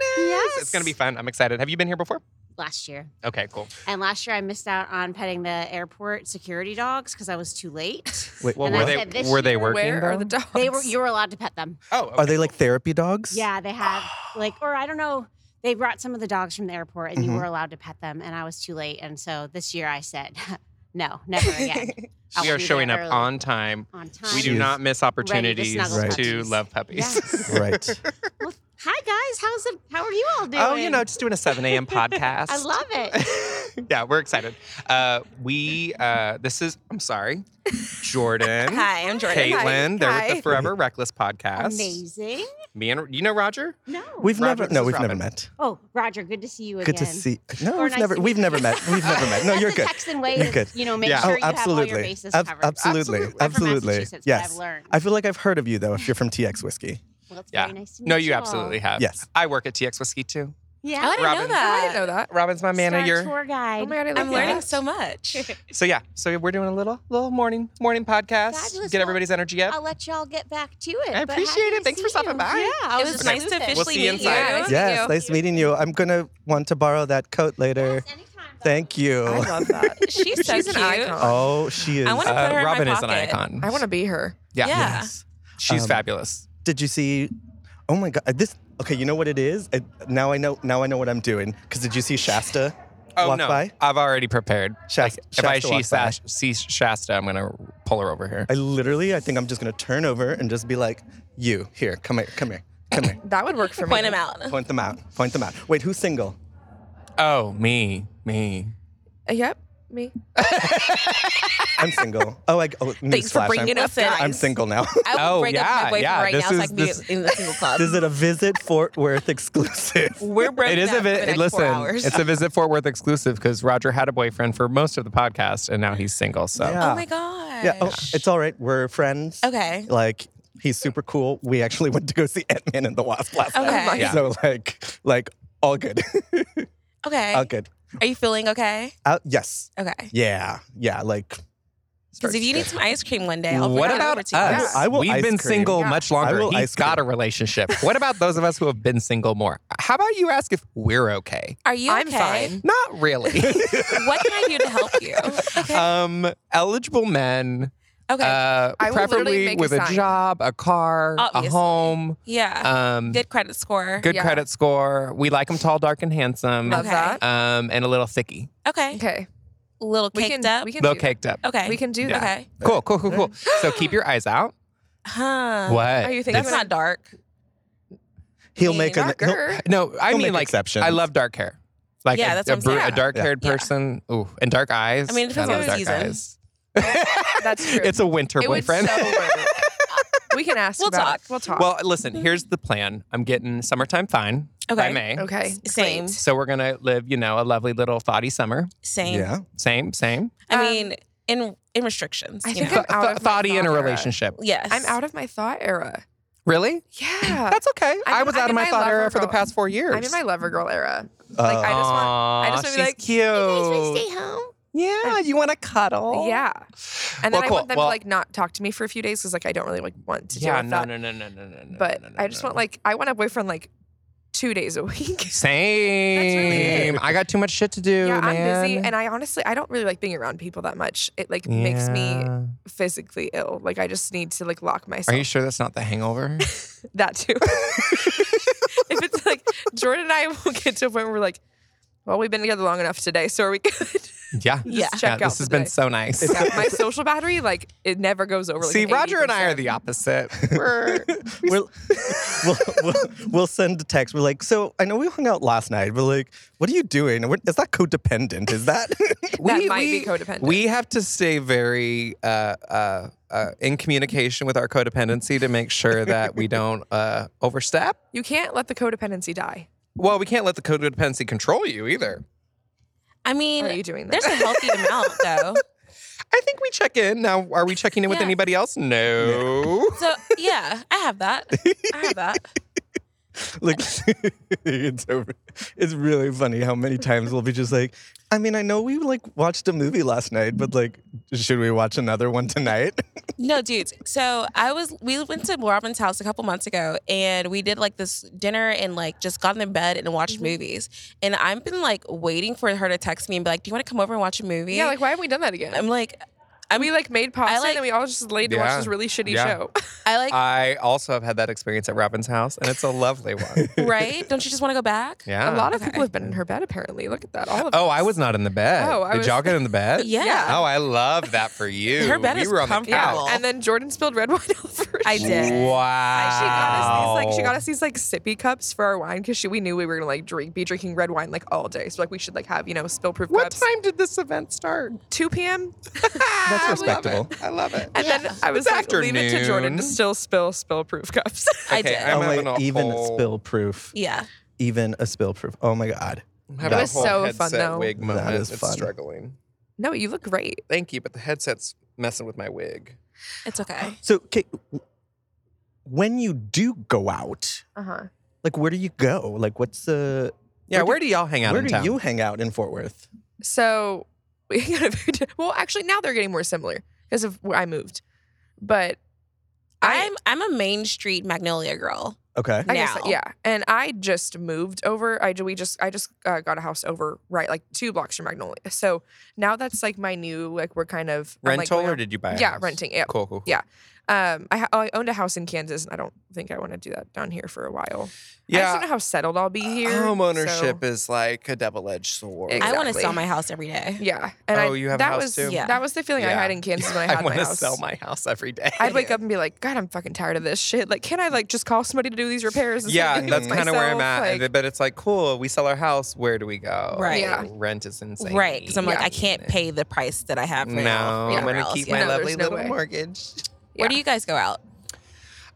Speaker 1: It's gonna be
Speaker 5: Yes.
Speaker 1: fun. I'm excited. Have you been here before?
Speaker 5: last year,
Speaker 1: Okay, cool.
Speaker 5: and last year I missed out on petting the airport security dogs because I was
Speaker 1: [LAUGHS]
Speaker 5: too late.
Speaker 2: Wait,
Speaker 1: Well,
Speaker 5: And
Speaker 1: were
Speaker 5: I
Speaker 2: what?
Speaker 1: they
Speaker 5: said this
Speaker 1: were they
Speaker 5: year-
Speaker 1: working?
Speaker 4: Where are
Speaker 1: though?
Speaker 4: the dogs?
Speaker 5: They were you were allowed to pet them.
Speaker 1: Oh, okay.
Speaker 2: Are they like therapy dogs?
Speaker 5: Yeah, they have like, or I don't know. They brought some of the dogs from the airport, and
Speaker 2: Mhm.
Speaker 1: Mm-hmm.
Speaker 5: you were allowed to pet them, and I was too late, and so this year I said, [LAUGHS] no, never
Speaker 1: [LAUGHS]
Speaker 5: again. I
Speaker 1: we
Speaker 5: will
Speaker 1: are
Speaker 5: be
Speaker 1: showing
Speaker 5: there
Speaker 1: up
Speaker 5: early,
Speaker 1: on time.
Speaker 5: on time.
Speaker 1: We do
Speaker 2: She's
Speaker 1: not miss opportunities
Speaker 5: snuggle
Speaker 1: to,
Speaker 5: puppies.
Speaker 1: love puppies. [LAUGHS]
Speaker 5: Yes. [LAUGHS]
Speaker 2: Right.
Speaker 5: Well, hi guys, how's it? How are you all doing?
Speaker 1: oh, you know, just doing a 7 [LAUGHS] a.m. podcast.
Speaker 5: I love
Speaker 2: [LAUGHS]
Speaker 5: it.
Speaker 1: it. yeah, we're excited. Uh, we uh, this is I'm sorry, Jordan,
Speaker 4: [LAUGHS]
Speaker 3: Hi, I'm Jordan.
Speaker 4: Hi.
Speaker 1: Caitlin. They're with
Speaker 4: Hi.
Speaker 1: the Forever Reckless podcast.
Speaker 5: Amazing.
Speaker 1: Me and you know Roger.
Speaker 5: No.
Speaker 2: We've
Speaker 1: Roger,
Speaker 2: never.
Speaker 1: this
Speaker 2: No,
Speaker 1: is
Speaker 2: we've never
Speaker 1: Robin.
Speaker 2: met.
Speaker 5: oh, Roger, good to see you again.
Speaker 2: Good to see. No,
Speaker 5: Or
Speaker 2: we've
Speaker 5: nice
Speaker 2: never.
Speaker 5: to meet
Speaker 2: We've
Speaker 5: you.
Speaker 2: never met. We've never met. No,
Speaker 5: That's
Speaker 2: you're
Speaker 5: the
Speaker 2: good.
Speaker 5: Texan way.
Speaker 2: You're
Speaker 5: of,
Speaker 2: good.
Speaker 5: You know, make
Speaker 1: Yeah.
Speaker 5: sure
Speaker 2: Oh,
Speaker 5: you have all your
Speaker 2: absolutely.
Speaker 5: bases
Speaker 2: Ab-
Speaker 5: covered.
Speaker 2: absolutely.
Speaker 5: We're from
Speaker 2: Absolutely.
Speaker 5: Massachusetts, but I've
Speaker 2: Yes.
Speaker 5: learned.
Speaker 2: I feel like I've heard of you though if you're from TX Whiskey.
Speaker 5: well, it's
Speaker 1: Yeah.
Speaker 5: very nice to meet
Speaker 1: No, you
Speaker 5: all.
Speaker 1: absolutely
Speaker 5: Uh,
Speaker 1: have.
Speaker 2: Yes.
Speaker 1: I work at TX Whiskey too.
Speaker 5: Yeah.
Speaker 3: Oh, I didn't
Speaker 1: Robin.
Speaker 3: know
Speaker 4: I didn't
Speaker 3: that.
Speaker 4: know that.
Speaker 1: Robin's my
Speaker 5: Star
Speaker 1: manager.
Speaker 5: tour
Speaker 4: Oh
Speaker 5: guide.
Speaker 4: my god, I like
Speaker 3: I'm
Speaker 4: that.
Speaker 3: learning so much.
Speaker 1: So yeah, so we're doing a little little morning morning podcast.
Speaker 5: Fabulous.
Speaker 1: Get
Speaker 5: Well,
Speaker 1: everybody's energy up.
Speaker 5: I'll let y'all get back to it.
Speaker 1: I
Speaker 5: but
Speaker 1: appreciate
Speaker 5: happy
Speaker 1: it.
Speaker 5: to
Speaker 1: Thanks for
Speaker 5: see
Speaker 1: stopping
Speaker 5: you.
Speaker 1: by.
Speaker 5: Yeah,
Speaker 3: It was
Speaker 1: Okay.
Speaker 3: nice to
Speaker 5: We'll
Speaker 3: officially
Speaker 1: see
Speaker 3: meet
Speaker 1: you inside.
Speaker 3: you.
Speaker 4: Yeah, nice to meet
Speaker 2: Yes,
Speaker 4: you.
Speaker 2: nice meeting you. I'm gonna want to borrow that coat later.
Speaker 5: Yes, anytime.
Speaker 2: Thank you.
Speaker 4: I love that.
Speaker 3: She's so
Speaker 4: She's an
Speaker 3: cute.
Speaker 4: icon.
Speaker 2: Oh, she is.
Speaker 3: I wanna- put her in my
Speaker 1: Uh, Robin is an
Speaker 3: pocket.
Speaker 1: icon.
Speaker 4: I want to be her.
Speaker 1: Yeah.
Speaker 3: Yeah.
Speaker 1: She's
Speaker 2: Um,
Speaker 1: fabulous.
Speaker 2: Did you see? Oh my God! This. Okay, you know what it is. I, now I know. Now I know what I'm doing. Because did you see Shasta
Speaker 1: Oh
Speaker 2: walk
Speaker 1: no,
Speaker 2: by?
Speaker 1: I've already prepared.
Speaker 2: Shasta-
Speaker 1: if I
Speaker 2: Shasta
Speaker 1: see,
Speaker 2: walked by.
Speaker 1: Sash, see Shasta, I'm gonna pull her over here.
Speaker 2: I literally, I think I'm just gonna turn over and just be like, "You here? Come here! Come here! Come here!
Speaker 4: That would work for me.
Speaker 3: Point him out.
Speaker 2: Point them out! Point them out! Wait, who's single?
Speaker 1: Oh me, me.
Speaker 4: Uh, Yep, me.
Speaker 2: I'm single. Oh, I. Oh,
Speaker 3: Thanks for
Speaker 2: newsflash,
Speaker 3: bringing
Speaker 2: I'm,
Speaker 3: us in.
Speaker 2: I'm single now. [LAUGHS]
Speaker 3: I will
Speaker 1: Oh,
Speaker 3: break up
Speaker 1: yeah,
Speaker 3: my boyfriend
Speaker 1: yeah.
Speaker 3: right
Speaker 1: This
Speaker 3: now so I
Speaker 1: is-
Speaker 3: can be
Speaker 1: this-
Speaker 3: in the single club.
Speaker 2: this is a visit Fort Worth exclusive.
Speaker 3: [LAUGHS] We're broken
Speaker 1: It is a
Speaker 3: up for the
Speaker 1: vi-
Speaker 3: next
Speaker 1: listen.
Speaker 3: four hours.
Speaker 1: It's a visit Fort Worth exclusive because Roger had a boyfriend for most of the podcast, and now he's single. So
Speaker 3: oh my gosh.
Speaker 2: Yeah. Oh, it's all right. We're friends.
Speaker 3: Okay.
Speaker 2: Like he's super cool. We actually went to go see Ant Man and the Wasp last night.
Speaker 3: Okay.
Speaker 1: Yeah.
Speaker 2: So like, like all good, [LAUGHS]
Speaker 3: Okay.
Speaker 2: all good.
Speaker 3: Are you feeling okay?
Speaker 2: Uh, yes.
Speaker 3: Okay.
Speaker 2: Yeah. Yeah. Like
Speaker 3: Because if you need some ice cream one day, I'll bring
Speaker 1: what
Speaker 3: it
Speaker 1: about
Speaker 3: over
Speaker 1: us?
Speaker 3: to you.
Speaker 2: I will
Speaker 1: We've
Speaker 2: ice
Speaker 1: been
Speaker 2: cream.
Speaker 1: single
Speaker 4: Yeah.
Speaker 1: much
Speaker 2: I
Speaker 1: longer.
Speaker 2: will
Speaker 1: He's
Speaker 2: ice
Speaker 1: got a
Speaker 2: cream.
Speaker 1: relationship. What about those of us who have been single more? How about you ask if we're okay?
Speaker 3: Are you
Speaker 4: I'm
Speaker 3: okay?
Speaker 4: fine.
Speaker 1: Not really.
Speaker 3: [LAUGHS] What can I do to help
Speaker 1: [LAUGHS]
Speaker 3: you? Okay.
Speaker 1: um, eligible men,
Speaker 3: okay.
Speaker 1: uh,
Speaker 4: I will literally
Speaker 1: preferably
Speaker 4: make
Speaker 1: with
Speaker 4: a
Speaker 1: a,
Speaker 4: sign.
Speaker 1: job, a car,
Speaker 3: Obviously.
Speaker 1: a home,
Speaker 3: yeah.
Speaker 1: um,
Speaker 3: good credit score.
Speaker 1: good
Speaker 4: Yeah.
Speaker 1: credit score. We like them tall, dark, and handsome,
Speaker 4: Love
Speaker 3: Okay.
Speaker 4: that.
Speaker 1: um, and a little thicky,
Speaker 3: Okay.
Speaker 4: Okay,
Speaker 3: A little
Speaker 4: we
Speaker 3: caked
Speaker 4: can.
Speaker 3: up.
Speaker 4: We can.
Speaker 1: little
Speaker 4: do that.
Speaker 1: caked up.
Speaker 3: okay.
Speaker 4: We can do
Speaker 1: Yeah.
Speaker 4: that.
Speaker 3: Okay.
Speaker 1: Cool, cool, cool, cool.
Speaker 3: [GASPS]
Speaker 1: so keep your eyes out.
Speaker 3: Huh.
Speaker 1: What?
Speaker 4: Are you thinking
Speaker 3: That's not dark.
Speaker 2: he'll
Speaker 3: Me
Speaker 2: make a
Speaker 4: darker?
Speaker 1: [LAUGHS] No, I
Speaker 2: He'll
Speaker 1: mean
Speaker 2: make
Speaker 1: like
Speaker 2: exceptions.
Speaker 1: I love dark hair. Like
Speaker 3: Yeah,
Speaker 1: a,
Speaker 3: that's
Speaker 1: a,
Speaker 3: what I'm
Speaker 1: bru-
Speaker 3: saying.
Speaker 1: a dark-haired
Speaker 3: Yeah.
Speaker 1: person. Ooh, and dark eyes.
Speaker 3: I mean, it depends
Speaker 1: I
Speaker 3: on
Speaker 1: love
Speaker 3: the
Speaker 1: dark
Speaker 3: season.
Speaker 1: eyes. [LAUGHS]
Speaker 4: That's true.
Speaker 1: It's a winter
Speaker 4: It would
Speaker 1: boyfriend. [LAUGHS]
Speaker 3: [LAUGHS]
Speaker 4: so work. we can ask.
Speaker 3: We'll
Speaker 4: about
Speaker 3: talk.
Speaker 4: It. We'll talk.
Speaker 1: well, listen. Here's the plan. I'm getting summertime fine by
Speaker 3: Okay.
Speaker 1: May.
Speaker 4: okay.
Speaker 3: Same.
Speaker 4: great.
Speaker 1: Mm-hmm. So we're gonna live, you know, a lovely little thotty summer.
Speaker 3: Same.
Speaker 2: Yeah.
Speaker 1: Same, same.
Speaker 3: I
Speaker 4: Um,
Speaker 3: mean, in and restrictions.
Speaker 4: I
Speaker 3: you
Speaker 4: think
Speaker 3: know?
Speaker 4: I'm out of my
Speaker 1: thoughty in a
Speaker 4: thought era.
Speaker 1: relationship.
Speaker 3: yes,
Speaker 4: I'm out of my thought era.
Speaker 1: Really? [LAUGHS]
Speaker 4: Yeah.
Speaker 1: That's okay.
Speaker 4: I mean,
Speaker 1: I, was
Speaker 4: Uh, I'm
Speaker 1: out
Speaker 4: in
Speaker 1: of my
Speaker 4: my
Speaker 1: thought
Speaker 4: lover
Speaker 1: era for the
Speaker 4: girl-
Speaker 1: past four years.
Speaker 4: I'm in my lover girl era.
Speaker 2: Uh,
Speaker 4: Like I just want.
Speaker 1: Aw,
Speaker 4: I just wanna be
Speaker 1: she's
Speaker 4: like,
Speaker 1: cute.
Speaker 3: home.
Speaker 1: Yeah, you want to cuddle?
Speaker 4: Yeah. And then
Speaker 1: Well,
Speaker 4: I
Speaker 1: cool.
Speaker 4: want them
Speaker 1: Well-
Speaker 4: to like not talk to me for a few days because like I don't really like want to deal
Speaker 1: Yeah.
Speaker 4: with
Speaker 1: No,
Speaker 4: that.
Speaker 1: no, no, no, no, no, no.
Speaker 4: but
Speaker 1: no, no,
Speaker 4: I just
Speaker 1: no,
Speaker 4: want
Speaker 1: no.
Speaker 4: like [LAUGHS] I want a boyfriend like two days a week.
Speaker 1: same. I got too much shit to do.
Speaker 4: yeah,
Speaker 1: man.
Speaker 4: I'm busy, and I honestly I don't really like being around people that much. It like makes me
Speaker 1: Yeah.
Speaker 4: physically ill. Like I just need to like lock myself.
Speaker 1: Are you sure that's not the hangover?
Speaker 4: [LAUGHS] that too. [LAUGHS] if it's like Jordan and I [LAUGHS] will get to a point where we're like, well, we've been together long enough today, so are we [LAUGHS] good?
Speaker 1: yeah.
Speaker 3: Yeah.
Speaker 4: check
Speaker 1: yeah,
Speaker 4: out
Speaker 1: this has
Speaker 4: today.
Speaker 1: been so nice.
Speaker 4: Yeah, my social battery like it never goes over. Like
Speaker 1: See,
Speaker 4: an
Speaker 1: Roger and I are
Speaker 4: 80%.
Speaker 1: the
Speaker 4: [LAUGHS]
Speaker 1: opposite. [LAUGHS] We're
Speaker 2: we'll, [LAUGHS] we'll, we'll, we'll send a text. We're like, so I know we hung out last night, but like, what are you doing? What- Is that codependent? Is that? [LAUGHS]
Speaker 4: That might be codependent.
Speaker 1: We have to stay very uh, uh, uh, in communication with our codependency to make sure that we don't [LAUGHS] uh, overstep.
Speaker 4: You can't let the codependency die.
Speaker 1: Well, we can't let the codependency control you either.
Speaker 3: I mean,
Speaker 4: Are you doing that?
Speaker 3: there's a healthy amount
Speaker 4: [LAUGHS]
Speaker 3: though.
Speaker 1: I think we check in. Now, are we checking in with
Speaker 3: Yeah.
Speaker 1: anybody else?
Speaker 4: [LAUGHS]
Speaker 1: No.
Speaker 3: So yeah, I have that. I have that.
Speaker 2: Like, [LAUGHS] it's over. It's really funny how many times we'll be just like, I mean, I know we like watched a movie last night, but like, should we watch another one tonight?
Speaker 3: No, dudes. So I was we went to Robin's house a couple months ago and we did like this dinner and like just got in bed and watched
Speaker 4: Mm-hmm.
Speaker 3: movies. And I've been like waiting for her to text me and be like, Do you want to come over and watch a movie?
Speaker 4: yeah, like why haven't we done that again?
Speaker 3: I'm like I
Speaker 4: we
Speaker 3: mean
Speaker 4: like made pasta
Speaker 3: I like-
Speaker 4: and we all just laid to watch
Speaker 1: Yeah.
Speaker 4: this really shitty
Speaker 1: Yeah.
Speaker 4: show. [LAUGHS]
Speaker 3: I like
Speaker 1: [LAUGHS] I also have had that experience at Robin's house, and it's a lovely one.
Speaker 4: [LAUGHS]
Speaker 3: right? Don't you just want to go back?
Speaker 1: Yeah.
Speaker 4: a lot of
Speaker 3: Okay.
Speaker 4: people have been in her bed apparently. Look at that. All of
Speaker 1: Oh, I
Speaker 4: us.
Speaker 1: was not in the bed.
Speaker 4: Oh, I
Speaker 1: Did
Speaker 4: was-
Speaker 1: y'all get in the
Speaker 4: [LAUGHS]
Speaker 1: bed?
Speaker 3: Yeah.
Speaker 1: Oh, I love that for you.
Speaker 3: Her bed
Speaker 1: we
Speaker 3: is
Speaker 1: were on the
Speaker 3: comfortable.
Speaker 1: couch.
Speaker 4: And then Jordan spilled red [LAUGHS] wine over.
Speaker 3: I
Speaker 4: it.
Speaker 3: did.
Speaker 1: Wow.
Speaker 4: She got us these like she got us these like sippy cups for our wine because she we knew we were gonna like drink be drinking red wine like all day. So like we should like have you know spill proof
Speaker 1: What
Speaker 4: cups.
Speaker 1: time did this event start?
Speaker 4: Two p.m.
Speaker 1: [LAUGHS] That's
Speaker 2: respectable.
Speaker 1: I Ah, love it.
Speaker 4: And then I was
Speaker 1: It's
Speaker 4: like, leave it to Jordan to
Speaker 1: afternoon.
Speaker 4: still spill spill proof cups. [LAUGHS]
Speaker 3: I
Speaker 1: Okay, [LAUGHS]
Speaker 3: did.
Speaker 1: I'm-
Speaker 2: oh,
Speaker 1: having
Speaker 2: like,
Speaker 1: a
Speaker 2: even
Speaker 1: whole-
Speaker 2: a spill proof.
Speaker 3: yeah.
Speaker 2: Even a spill proof. Oh my god.
Speaker 1: Having
Speaker 4: It
Speaker 1: a
Speaker 4: was
Speaker 1: whole
Speaker 4: so fun,
Speaker 1: headset
Speaker 4: though.
Speaker 1: Wig
Speaker 2: That
Speaker 1: moment.
Speaker 2: is
Speaker 1: it's
Speaker 2: fun.
Speaker 1: struggling.
Speaker 4: no, you look great.
Speaker 1: Thank you, but the headset's messing with my wig.
Speaker 3: It's okay.
Speaker 2: So, Kate, w- when you do go out,
Speaker 4: Uh huh.
Speaker 2: like, where do you go? Like, what's the
Speaker 1: Yeah,
Speaker 2: Where
Speaker 1: where, do y'all hang out
Speaker 2: where
Speaker 1: in
Speaker 2: do
Speaker 1: town?
Speaker 2: you hang out in Fort Worth?
Speaker 4: So we [LAUGHS] got a very di- well. Actually, now they're getting more similar because of where I moved, but I
Speaker 3: I'm I'm a Main Street Magnolia girl.
Speaker 2: Okay.
Speaker 4: I guess,
Speaker 3: now.
Speaker 4: yeah. And I just moved over. I ju- we just I just uh, got a house over right like two blocks from Magnolia. So now that's like my new like we're kind of I'm, like,
Speaker 1: Rental
Speaker 4: going
Speaker 1: or
Speaker 4: out-
Speaker 1: did you buy a
Speaker 4: yeah
Speaker 1: house?
Speaker 4: renting yeah.
Speaker 1: Cool, cool, cool.
Speaker 4: Yeah. Um, I, ha- I owned a house in Kansas, and I don't think I want to do that down here for a while. I just don't know how settled I'll be here.
Speaker 1: Home ownership
Speaker 4: so-
Speaker 1: is like a double-edged sword.
Speaker 3: I want to
Speaker 4: Exactly.
Speaker 3: sell my house every day.
Speaker 4: yeah. And
Speaker 1: Oh,
Speaker 4: I,
Speaker 1: you have a
Speaker 4: that
Speaker 1: house
Speaker 4: was,
Speaker 1: too?
Speaker 3: Yeah.
Speaker 4: That was the feeling I had in
Speaker 1: [LAUGHS]
Speaker 4: Kansas when I had
Speaker 1: I want
Speaker 4: my
Speaker 1: to
Speaker 4: house.
Speaker 1: sell my house every day.
Speaker 4: I'd wake up and be like, God, I'm fucking tired of this shit. Like, can I like just call somebody to do these repairs? instead
Speaker 1: Yeah,
Speaker 4: of doing
Speaker 1: that's
Speaker 4: this
Speaker 1: kind of where I'm
Speaker 4: myself?
Speaker 1: at.
Speaker 4: Like,
Speaker 1: but it's like, cool, we sell our house. Where do we go?
Speaker 3: Right.
Speaker 4: Yeah.
Speaker 1: Rent is insane.
Speaker 3: Right, because I'm like,
Speaker 4: Yeah.
Speaker 3: I can't pay the price that I have
Speaker 1: No,
Speaker 3: right now.
Speaker 1: I'm
Speaker 3: everywhere
Speaker 1: gonna
Speaker 3: else,
Speaker 1: keep
Speaker 3: yeah.
Speaker 1: my
Speaker 4: No, there's
Speaker 1: lovely
Speaker 4: no
Speaker 1: little
Speaker 4: way.
Speaker 1: mortgage.
Speaker 3: Where do you guys go out?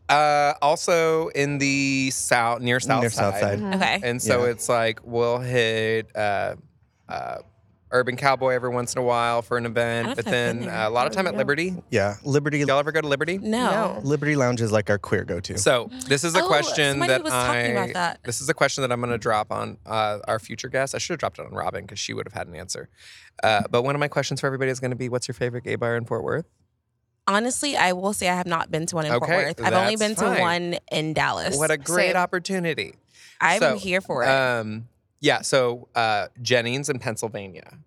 Speaker 1: Uh, also in the south, near south
Speaker 2: Near
Speaker 1: side.
Speaker 2: South
Speaker 1: [LAUGHS]
Speaker 2: Side.
Speaker 4: Mm-hmm.
Speaker 3: Okay.
Speaker 1: And so
Speaker 2: Yeah.
Speaker 1: it's like we'll hit uh, uh, Urban Cowboy every once in a while for an
Speaker 3: I don't
Speaker 1: event, but
Speaker 3: think I've been
Speaker 1: then
Speaker 3: there. Oh,
Speaker 1: uh, a lot of time at Liberty.
Speaker 2: Yeah. Liberty
Speaker 1: Y'all ever go to Liberty?
Speaker 3: no.
Speaker 4: No.
Speaker 2: Liberty Lounge is like our queer go-to.
Speaker 1: So this is a
Speaker 3: Oh,
Speaker 1: question
Speaker 3: somebody
Speaker 1: that
Speaker 3: was
Speaker 1: I.
Speaker 3: talking about that.
Speaker 1: This is a question that I'm going to drop on uh, our future guest. I should have dropped it on Robin because she would have had an answer. Uh, but one of my questions for everybody is going to be, what's your favorite gay bar in Fort Worth?
Speaker 3: Honestly, I will say I have not been to one in Fort
Speaker 1: Okay,
Speaker 3: Worth. I've only been
Speaker 1: that's
Speaker 3: to
Speaker 1: fine.
Speaker 3: one in Dallas.
Speaker 1: What a great
Speaker 4: Same.
Speaker 1: opportunity!
Speaker 3: I'm
Speaker 1: so,
Speaker 3: here for it.
Speaker 1: Um, yeah. So uh, Jennings in Pennsylvania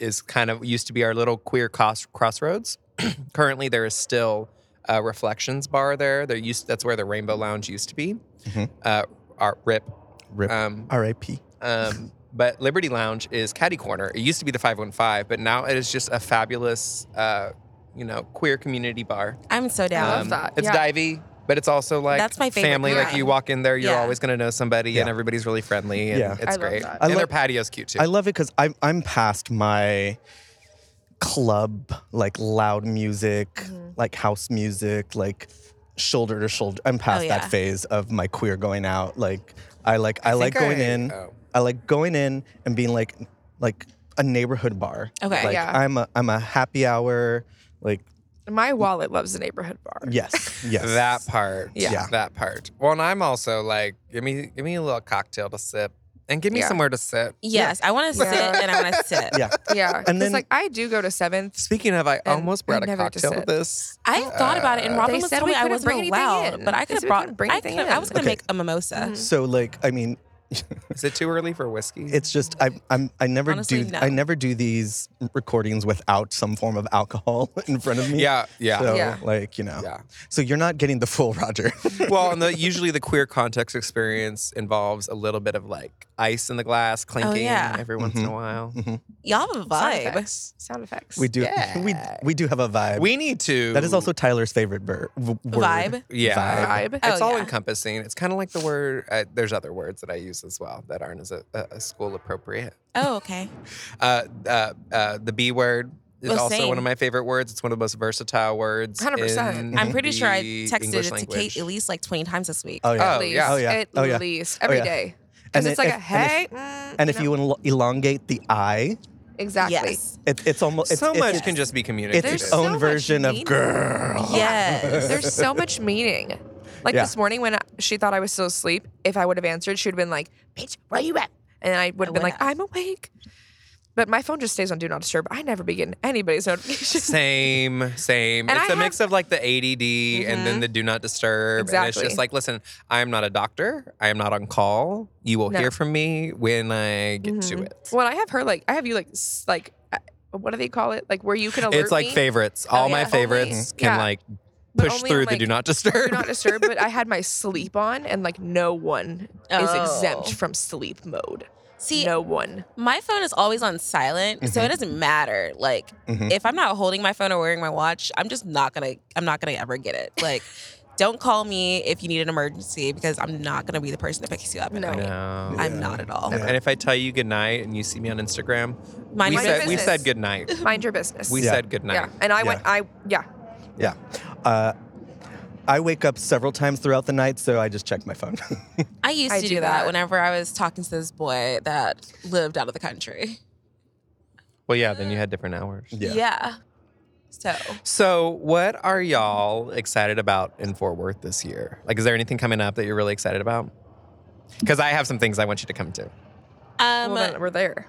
Speaker 1: is kind of used to be our little queer cross, crossroads. [CLEARS THROAT] Currently, there is still a Reflections bar there. There used that's where the Rainbow Lounge used to be.
Speaker 2: Mhm.
Speaker 1: Uh, our rip.
Speaker 2: Rip.
Speaker 1: Um,
Speaker 2: R.I.P.
Speaker 1: um, but Liberty Lounge is Caddy Corner. It used to be the 515, but now it is just a fabulous, uh, you know, queer community bar.
Speaker 3: I'm so down.
Speaker 4: I love that.
Speaker 1: Um, It's
Speaker 4: Yeah.
Speaker 1: divey, but it's also like
Speaker 3: That's my favorite
Speaker 1: family. Like
Speaker 3: kind.
Speaker 1: you walk in there, you're
Speaker 3: Yeah.
Speaker 1: always gonna know somebody, and
Speaker 2: Yeah.
Speaker 1: everybody's really friendly. And
Speaker 2: Yeah.
Speaker 1: it's
Speaker 4: I love
Speaker 1: great.
Speaker 4: that.
Speaker 2: I
Speaker 1: and their
Speaker 2: love-
Speaker 1: patio's cute too.
Speaker 2: I love it because I'm I'm past my club like loud music, like house music, like shoulder to shoulder. I'm past
Speaker 3: yeah.
Speaker 2: that phase of my queer going out. Like I like I, like
Speaker 1: think
Speaker 2: going
Speaker 1: I-
Speaker 2: in.
Speaker 1: oh.
Speaker 2: I like going in and being like like a neighborhood bar.
Speaker 3: Okay.
Speaker 2: Like
Speaker 4: Yeah.
Speaker 2: I'm a I'm a happy hour. Like,
Speaker 4: [LAUGHS] My wallet loves the neighborhood bar.
Speaker 1: [LAUGHS]
Speaker 2: yes, yes.
Speaker 1: That part.
Speaker 4: Yeah.
Speaker 2: Yeah.
Speaker 1: That part. Well, and I'm also like, give me give me a little cocktail to sip. And give me
Speaker 4: Yeah.
Speaker 1: somewhere to sit.
Speaker 3: Yes, I want to
Speaker 4: Yeah.
Speaker 3: sit and I want
Speaker 4: [LAUGHS]
Speaker 3: to sit.
Speaker 2: Yeah. [LAUGHS]
Speaker 4: Yeah.
Speaker 2: And
Speaker 4: And
Speaker 2: then-
Speaker 4: then, like, I do go to seventh.
Speaker 1: Speaking of, I
Speaker 4: And
Speaker 1: almost
Speaker 4: I
Speaker 1: brought a
Speaker 4: never get to
Speaker 1: cocktail to
Speaker 4: sit.
Speaker 1: this.
Speaker 3: I thought about it, and
Speaker 1: Uh,
Speaker 3: Robin
Speaker 4: they
Speaker 3: was
Speaker 4: said
Speaker 3: told
Speaker 4: we
Speaker 3: me I
Speaker 4: couldn't
Speaker 3: wasn't
Speaker 4: bring anything
Speaker 3: allowed,
Speaker 4: in.
Speaker 3: but I
Speaker 4: They
Speaker 3: could have
Speaker 4: said we
Speaker 3: brought.
Speaker 4: couldn't bring
Speaker 3: I,
Speaker 4: anything
Speaker 3: could've- I was
Speaker 4: in. Mm-hmm.
Speaker 3: gonna
Speaker 2: Okay.
Speaker 3: make a mimosa.
Speaker 2: So, like, I mean,
Speaker 1: Is it too early for whiskey?
Speaker 2: it's just I I'm, I never
Speaker 3: Honestly,
Speaker 2: do
Speaker 3: no.
Speaker 2: I never do these recordings without some form of alcohol [LAUGHS] in front of me.
Speaker 1: yeah, yeah,
Speaker 2: So,
Speaker 4: Yeah.
Speaker 2: like, you know.
Speaker 1: yeah.
Speaker 2: So you're not getting the full Roger. [LAUGHS]
Speaker 1: Well, and the, usually the queer context experience involves a little bit of like ice in the glass clinking
Speaker 3: yeah.
Speaker 1: every once
Speaker 2: Mm-hmm.
Speaker 1: in a while.
Speaker 3: Y'all have a
Speaker 4: Sound
Speaker 3: vibe.
Speaker 4: effects. Sound effects.
Speaker 2: we do [LAUGHS] we we do have a vibe.
Speaker 1: We need to.
Speaker 2: that is also Tyler's favorite ver- w- word.
Speaker 3: Vibe?
Speaker 1: yeah.
Speaker 4: vibe.
Speaker 1: It's
Speaker 3: Oh,
Speaker 1: all
Speaker 3: yeah.
Speaker 1: encompassing. It's kind of like the word. Uh, there's other words that I use as well that aren't as a, a, a school appropriate.
Speaker 3: Oh,
Speaker 1: [LAUGHS]
Speaker 3: okay.
Speaker 1: Uh, uh, uh, the B word is
Speaker 3: Well,
Speaker 1: also
Speaker 3: same.
Speaker 1: one of my favorite words. It's one of the most versatile words.
Speaker 4: 100%.
Speaker 1: in
Speaker 3: I'm pretty sure I
Speaker 1: the
Speaker 3: texted
Speaker 1: English
Speaker 3: it to
Speaker 1: language.
Speaker 3: Kate at least like 20 times this week.
Speaker 2: Oh yeah.
Speaker 1: Oh,
Speaker 4: At least.
Speaker 1: yeah.
Speaker 2: Oh, yeah.
Speaker 4: At
Speaker 2: Oh, yeah.
Speaker 4: least.
Speaker 2: Oh,
Speaker 4: every
Speaker 2: yeah.
Speaker 4: day.
Speaker 2: And
Speaker 4: Because it's
Speaker 2: it-
Speaker 4: like
Speaker 2: if-
Speaker 4: a
Speaker 2: and if-
Speaker 4: hey. mm,
Speaker 2: And if you el- elongate the I,
Speaker 4: Exactly.
Speaker 1: [LAUGHS]
Speaker 3: Yes.
Speaker 2: it, it's almost it's,
Speaker 1: so
Speaker 2: it's,
Speaker 1: much
Speaker 2: It's,
Speaker 1: can just be
Speaker 2: it's
Speaker 1: communicated.
Speaker 4: There's
Speaker 2: its
Speaker 3: [LAUGHS]
Speaker 4: so
Speaker 2: own
Speaker 4: much
Speaker 2: version of
Speaker 4: meaning.
Speaker 2: girl.
Speaker 3: Yes.
Speaker 4: There's
Speaker 2: [LAUGHS]
Speaker 4: so much meaning. Like
Speaker 2: Yeah.
Speaker 4: this morning when she thought I was still asleep, if I would have answered, she would have been like, bitch, where you at? And I would have
Speaker 3: would
Speaker 4: been like,
Speaker 3: have.
Speaker 4: I'm awake. But my phone just stays on Do Not Disturb. I never be getting anybody's [LAUGHS] notifications.
Speaker 1: Same, same.
Speaker 4: And
Speaker 1: it's
Speaker 4: I
Speaker 1: the
Speaker 4: have-
Speaker 1: mix of like the ADD and
Speaker 3: Mm-hmm.
Speaker 1: then the do not disturb. And it's
Speaker 4: Exactly.
Speaker 1: just like, listen, I am not a doctor. I am not on call. You will
Speaker 4: No.
Speaker 1: hear from me when I get to
Speaker 3: Mm-hmm.
Speaker 4: Mhm.
Speaker 1: it.
Speaker 4: When I have her, like, I have you, like, s- like, uh, what do they call it? Like, where you can alert
Speaker 1: It's like
Speaker 4: me,
Speaker 1: favorites.
Speaker 4: Oh,
Speaker 1: All my
Speaker 4: yeah.
Speaker 1: favorites
Speaker 4: Only-
Speaker 1: can
Speaker 4: yeah.
Speaker 1: like
Speaker 4: but
Speaker 1: push
Speaker 4: only
Speaker 1: through
Speaker 4: on,
Speaker 1: the do
Speaker 4: like,
Speaker 1: not disturb.
Speaker 4: Do Not
Speaker 2: [LAUGHS]
Speaker 4: Disturb, but I had my sleep on, and like, no one
Speaker 3: Oh.
Speaker 4: is exempt from sleep mode.
Speaker 3: See,
Speaker 4: no one.
Speaker 3: my phone is always on silent, so it
Speaker 1: Mm-hmm.
Speaker 3: doesn't matter. Like
Speaker 2: Mhm.
Speaker 3: if I'm not holding my phone or wearing my watch, I'm just not gonna. I'm not gonna ever get it.
Speaker 1: [LAUGHS]
Speaker 3: Like, don't call me if you need an emergency because I'm not gonna be the person that picks you up. at
Speaker 4: No.
Speaker 1: no.
Speaker 3: night. I'm not at all.
Speaker 2: Yeah.
Speaker 1: And if I tell you good night and you see me on Instagram,
Speaker 3: Mind
Speaker 1: we
Speaker 3: your
Speaker 4: my
Speaker 1: said, we
Speaker 4: business.
Speaker 1: said good night.
Speaker 4: Mind your business.
Speaker 1: We
Speaker 2: Yeah.
Speaker 1: said good night.
Speaker 4: yeah. And I went,
Speaker 2: Yeah.
Speaker 4: I, yeah.
Speaker 2: Yeah. Uh, I wake up several times throughout the night, so I just check my phone. [LAUGHS]
Speaker 3: I used
Speaker 4: I
Speaker 3: to do,
Speaker 4: do
Speaker 3: that.
Speaker 4: that.
Speaker 3: whenever I was talking to this boy that lived out of the country.
Speaker 1: Well, yeah, then you had different hours.
Speaker 2: yeah.
Speaker 3: So
Speaker 1: So, what are y'all excited about in Fort Worth this year? Like, is there anything coming up that you're really excited about? Because I have some things I want you to come to.
Speaker 3: um,
Speaker 4: well, then we're there.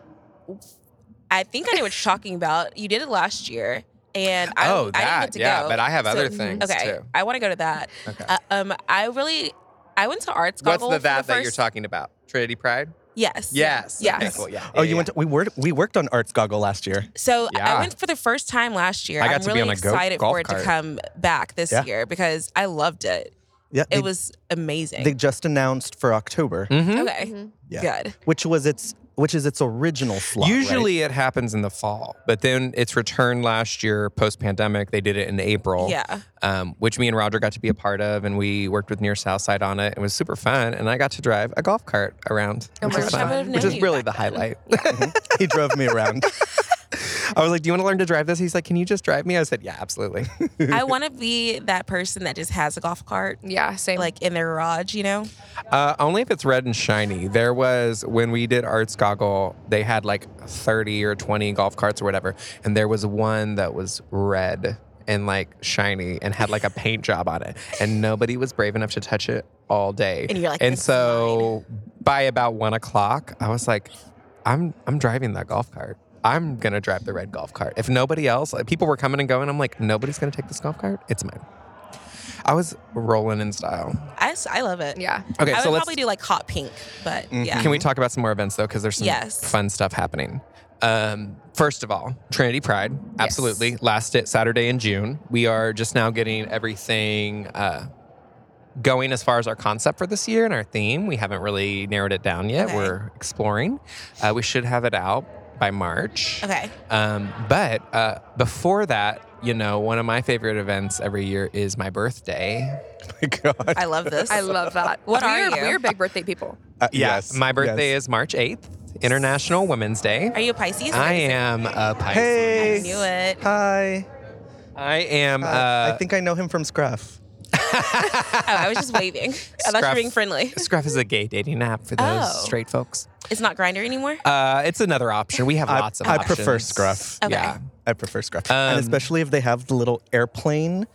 Speaker 3: I think I know what you're talking about. You did it last year, and I, I didn't get to
Speaker 1: Oh, yeah.
Speaker 3: go.
Speaker 1: But I have
Speaker 3: So- mm,
Speaker 1: other things
Speaker 3: Okay,
Speaker 1: too.
Speaker 3: I want to go to that.
Speaker 1: Okay.
Speaker 3: Uh, um, I really, I went to Arts
Speaker 1: What's
Speaker 3: Goggle.
Speaker 1: the
Speaker 3: for
Speaker 1: that that you're
Speaker 3: first-
Speaker 1: talking about? Trinity Pride.
Speaker 3: Yes.
Speaker 1: Yes.
Speaker 3: Yes.
Speaker 1: Okay, cool. Yeah.
Speaker 2: Oh,
Speaker 1: yeah,
Speaker 2: you went.
Speaker 1: yeah.
Speaker 2: To, we were we worked on Arts Goggle last year.
Speaker 3: So
Speaker 1: Yeah.
Speaker 3: I went for the first time last year.
Speaker 1: I got
Speaker 3: I'm
Speaker 1: to be
Speaker 3: really
Speaker 1: on a go-
Speaker 3: excited
Speaker 1: golf
Speaker 3: for it
Speaker 1: cart.
Speaker 3: to come back this
Speaker 2: Yeah.
Speaker 3: year because I loved it.
Speaker 2: Yeah,
Speaker 3: It
Speaker 2: they,
Speaker 3: was amazing.
Speaker 2: They just announced for October,
Speaker 1: Mhm.
Speaker 3: okay.
Speaker 2: Yeah.
Speaker 3: Good.
Speaker 2: which was its which is its original slot. right?
Speaker 1: Usually it happens in the fall, but then it's returned last year post pandemic. They did it in April.
Speaker 3: Yeah.
Speaker 1: um, which me and Roger got to be a part of, and we worked with Near Southside on it. It was super fun, and I got to drive a golf cart around,
Speaker 4: Oh
Speaker 1: which
Speaker 4: my
Speaker 1: was
Speaker 4: gosh, I would've
Speaker 1: fun,
Speaker 4: known
Speaker 1: which is
Speaker 3: you
Speaker 1: really
Speaker 3: back
Speaker 1: the
Speaker 3: then.
Speaker 4: [LAUGHS]
Speaker 1: highlight.
Speaker 2: [LAUGHS] he drove me around.
Speaker 1: I was like, "Do you want to learn to drive this?" He's like, "Can you just drive me?" I said, "Yeah, absolutely."
Speaker 3: I want to be that person that just has a
Speaker 1: [LAUGHS]
Speaker 3: golf cart
Speaker 4: Yeah, same.
Speaker 3: like in their garage, you know?
Speaker 1: uh, only if it's red and shiny. There was when we did Arts Goggle, they had like thirty or twenty golf carts or whatever, and there was one that was red and like shiny and had like a paint job on it, and nobody was brave enough to touch it all day.
Speaker 3: And you're like,
Speaker 1: and
Speaker 3: "This is
Speaker 1: so by about one o'clock, I was like, I'm I'm driving that golf cart. I'm gonna drive the red golf cart. If nobody else, like, people were coming and going. I'm like, nobody's gonna take this golf cart. It's mine. I was rolling in style.
Speaker 3: I, s- I love it.
Speaker 4: yeah.
Speaker 1: Okay,
Speaker 3: I would
Speaker 1: so let's Mm-hmm.
Speaker 3: probably do like hot pink, but yeah.
Speaker 1: can we talk about some more events though? Because there's some
Speaker 3: Yes.
Speaker 1: fun stuff happening. Um, first of all, Trinity Pride, absolutely. Last it Saturday in June. We are just now getting everything uh, going as far as our concept for this year and our theme. We haven't really narrowed it down yet.
Speaker 3: Okay.
Speaker 1: We're exploring. Uh, we should have it out by March.
Speaker 3: Okay.
Speaker 1: Um, but uh, before that, you know, one of my favorite events every year is my birthday.
Speaker 2: [LAUGHS] my God.
Speaker 3: I love this.
Speaker 4: [LAUGHS] I love that.
Speaker 3: What are
Speaker 4: we're,
Speaker 3: you?
Speaker 4: We're big birthday people.
Speaker 2: Uh,
Speaker 1: Yeah,
Speaker 2: yes,
Speaker 1: my birthday
Speaker 2: yes.
Speaker 1: is March 8th, International Women's Day.
Speaker 3: Are you a Pisces?
Speaker 1: I am a Pisces.
Speaker 2: Hey.
Speaker 3: I knew it.
Speaker 2: Hi.
Speaker 1: I am. Uh,
Speaker 2: I think I know him from Scruff.
Speaker 3: Oh, I was
Speaker 1: [LAUGHS]
Speaker 3: just waving. I thought you were
Speaker 1: Scruff.
Speaker 3: being friendly.
Speaker 1: Scruff is a gay dating app for those
Speaker 3: Oh.
Speaker 1: straight folks.
Speaker 3: It's not grinder anymore.
Speaker 1: Uh, it's another option. We have
Speaker 2: I-
Speaker 1: lots of
Speaker 2: I
Speaker 1: options.
Speaker 2: prefer Scruff.
Speaker 3: Okay.
Speaker 1: Yeah.
Speaker 2: I prefer Scruff,
Speaker 1: Um,
Speaker 2: and especially if they have the little airplane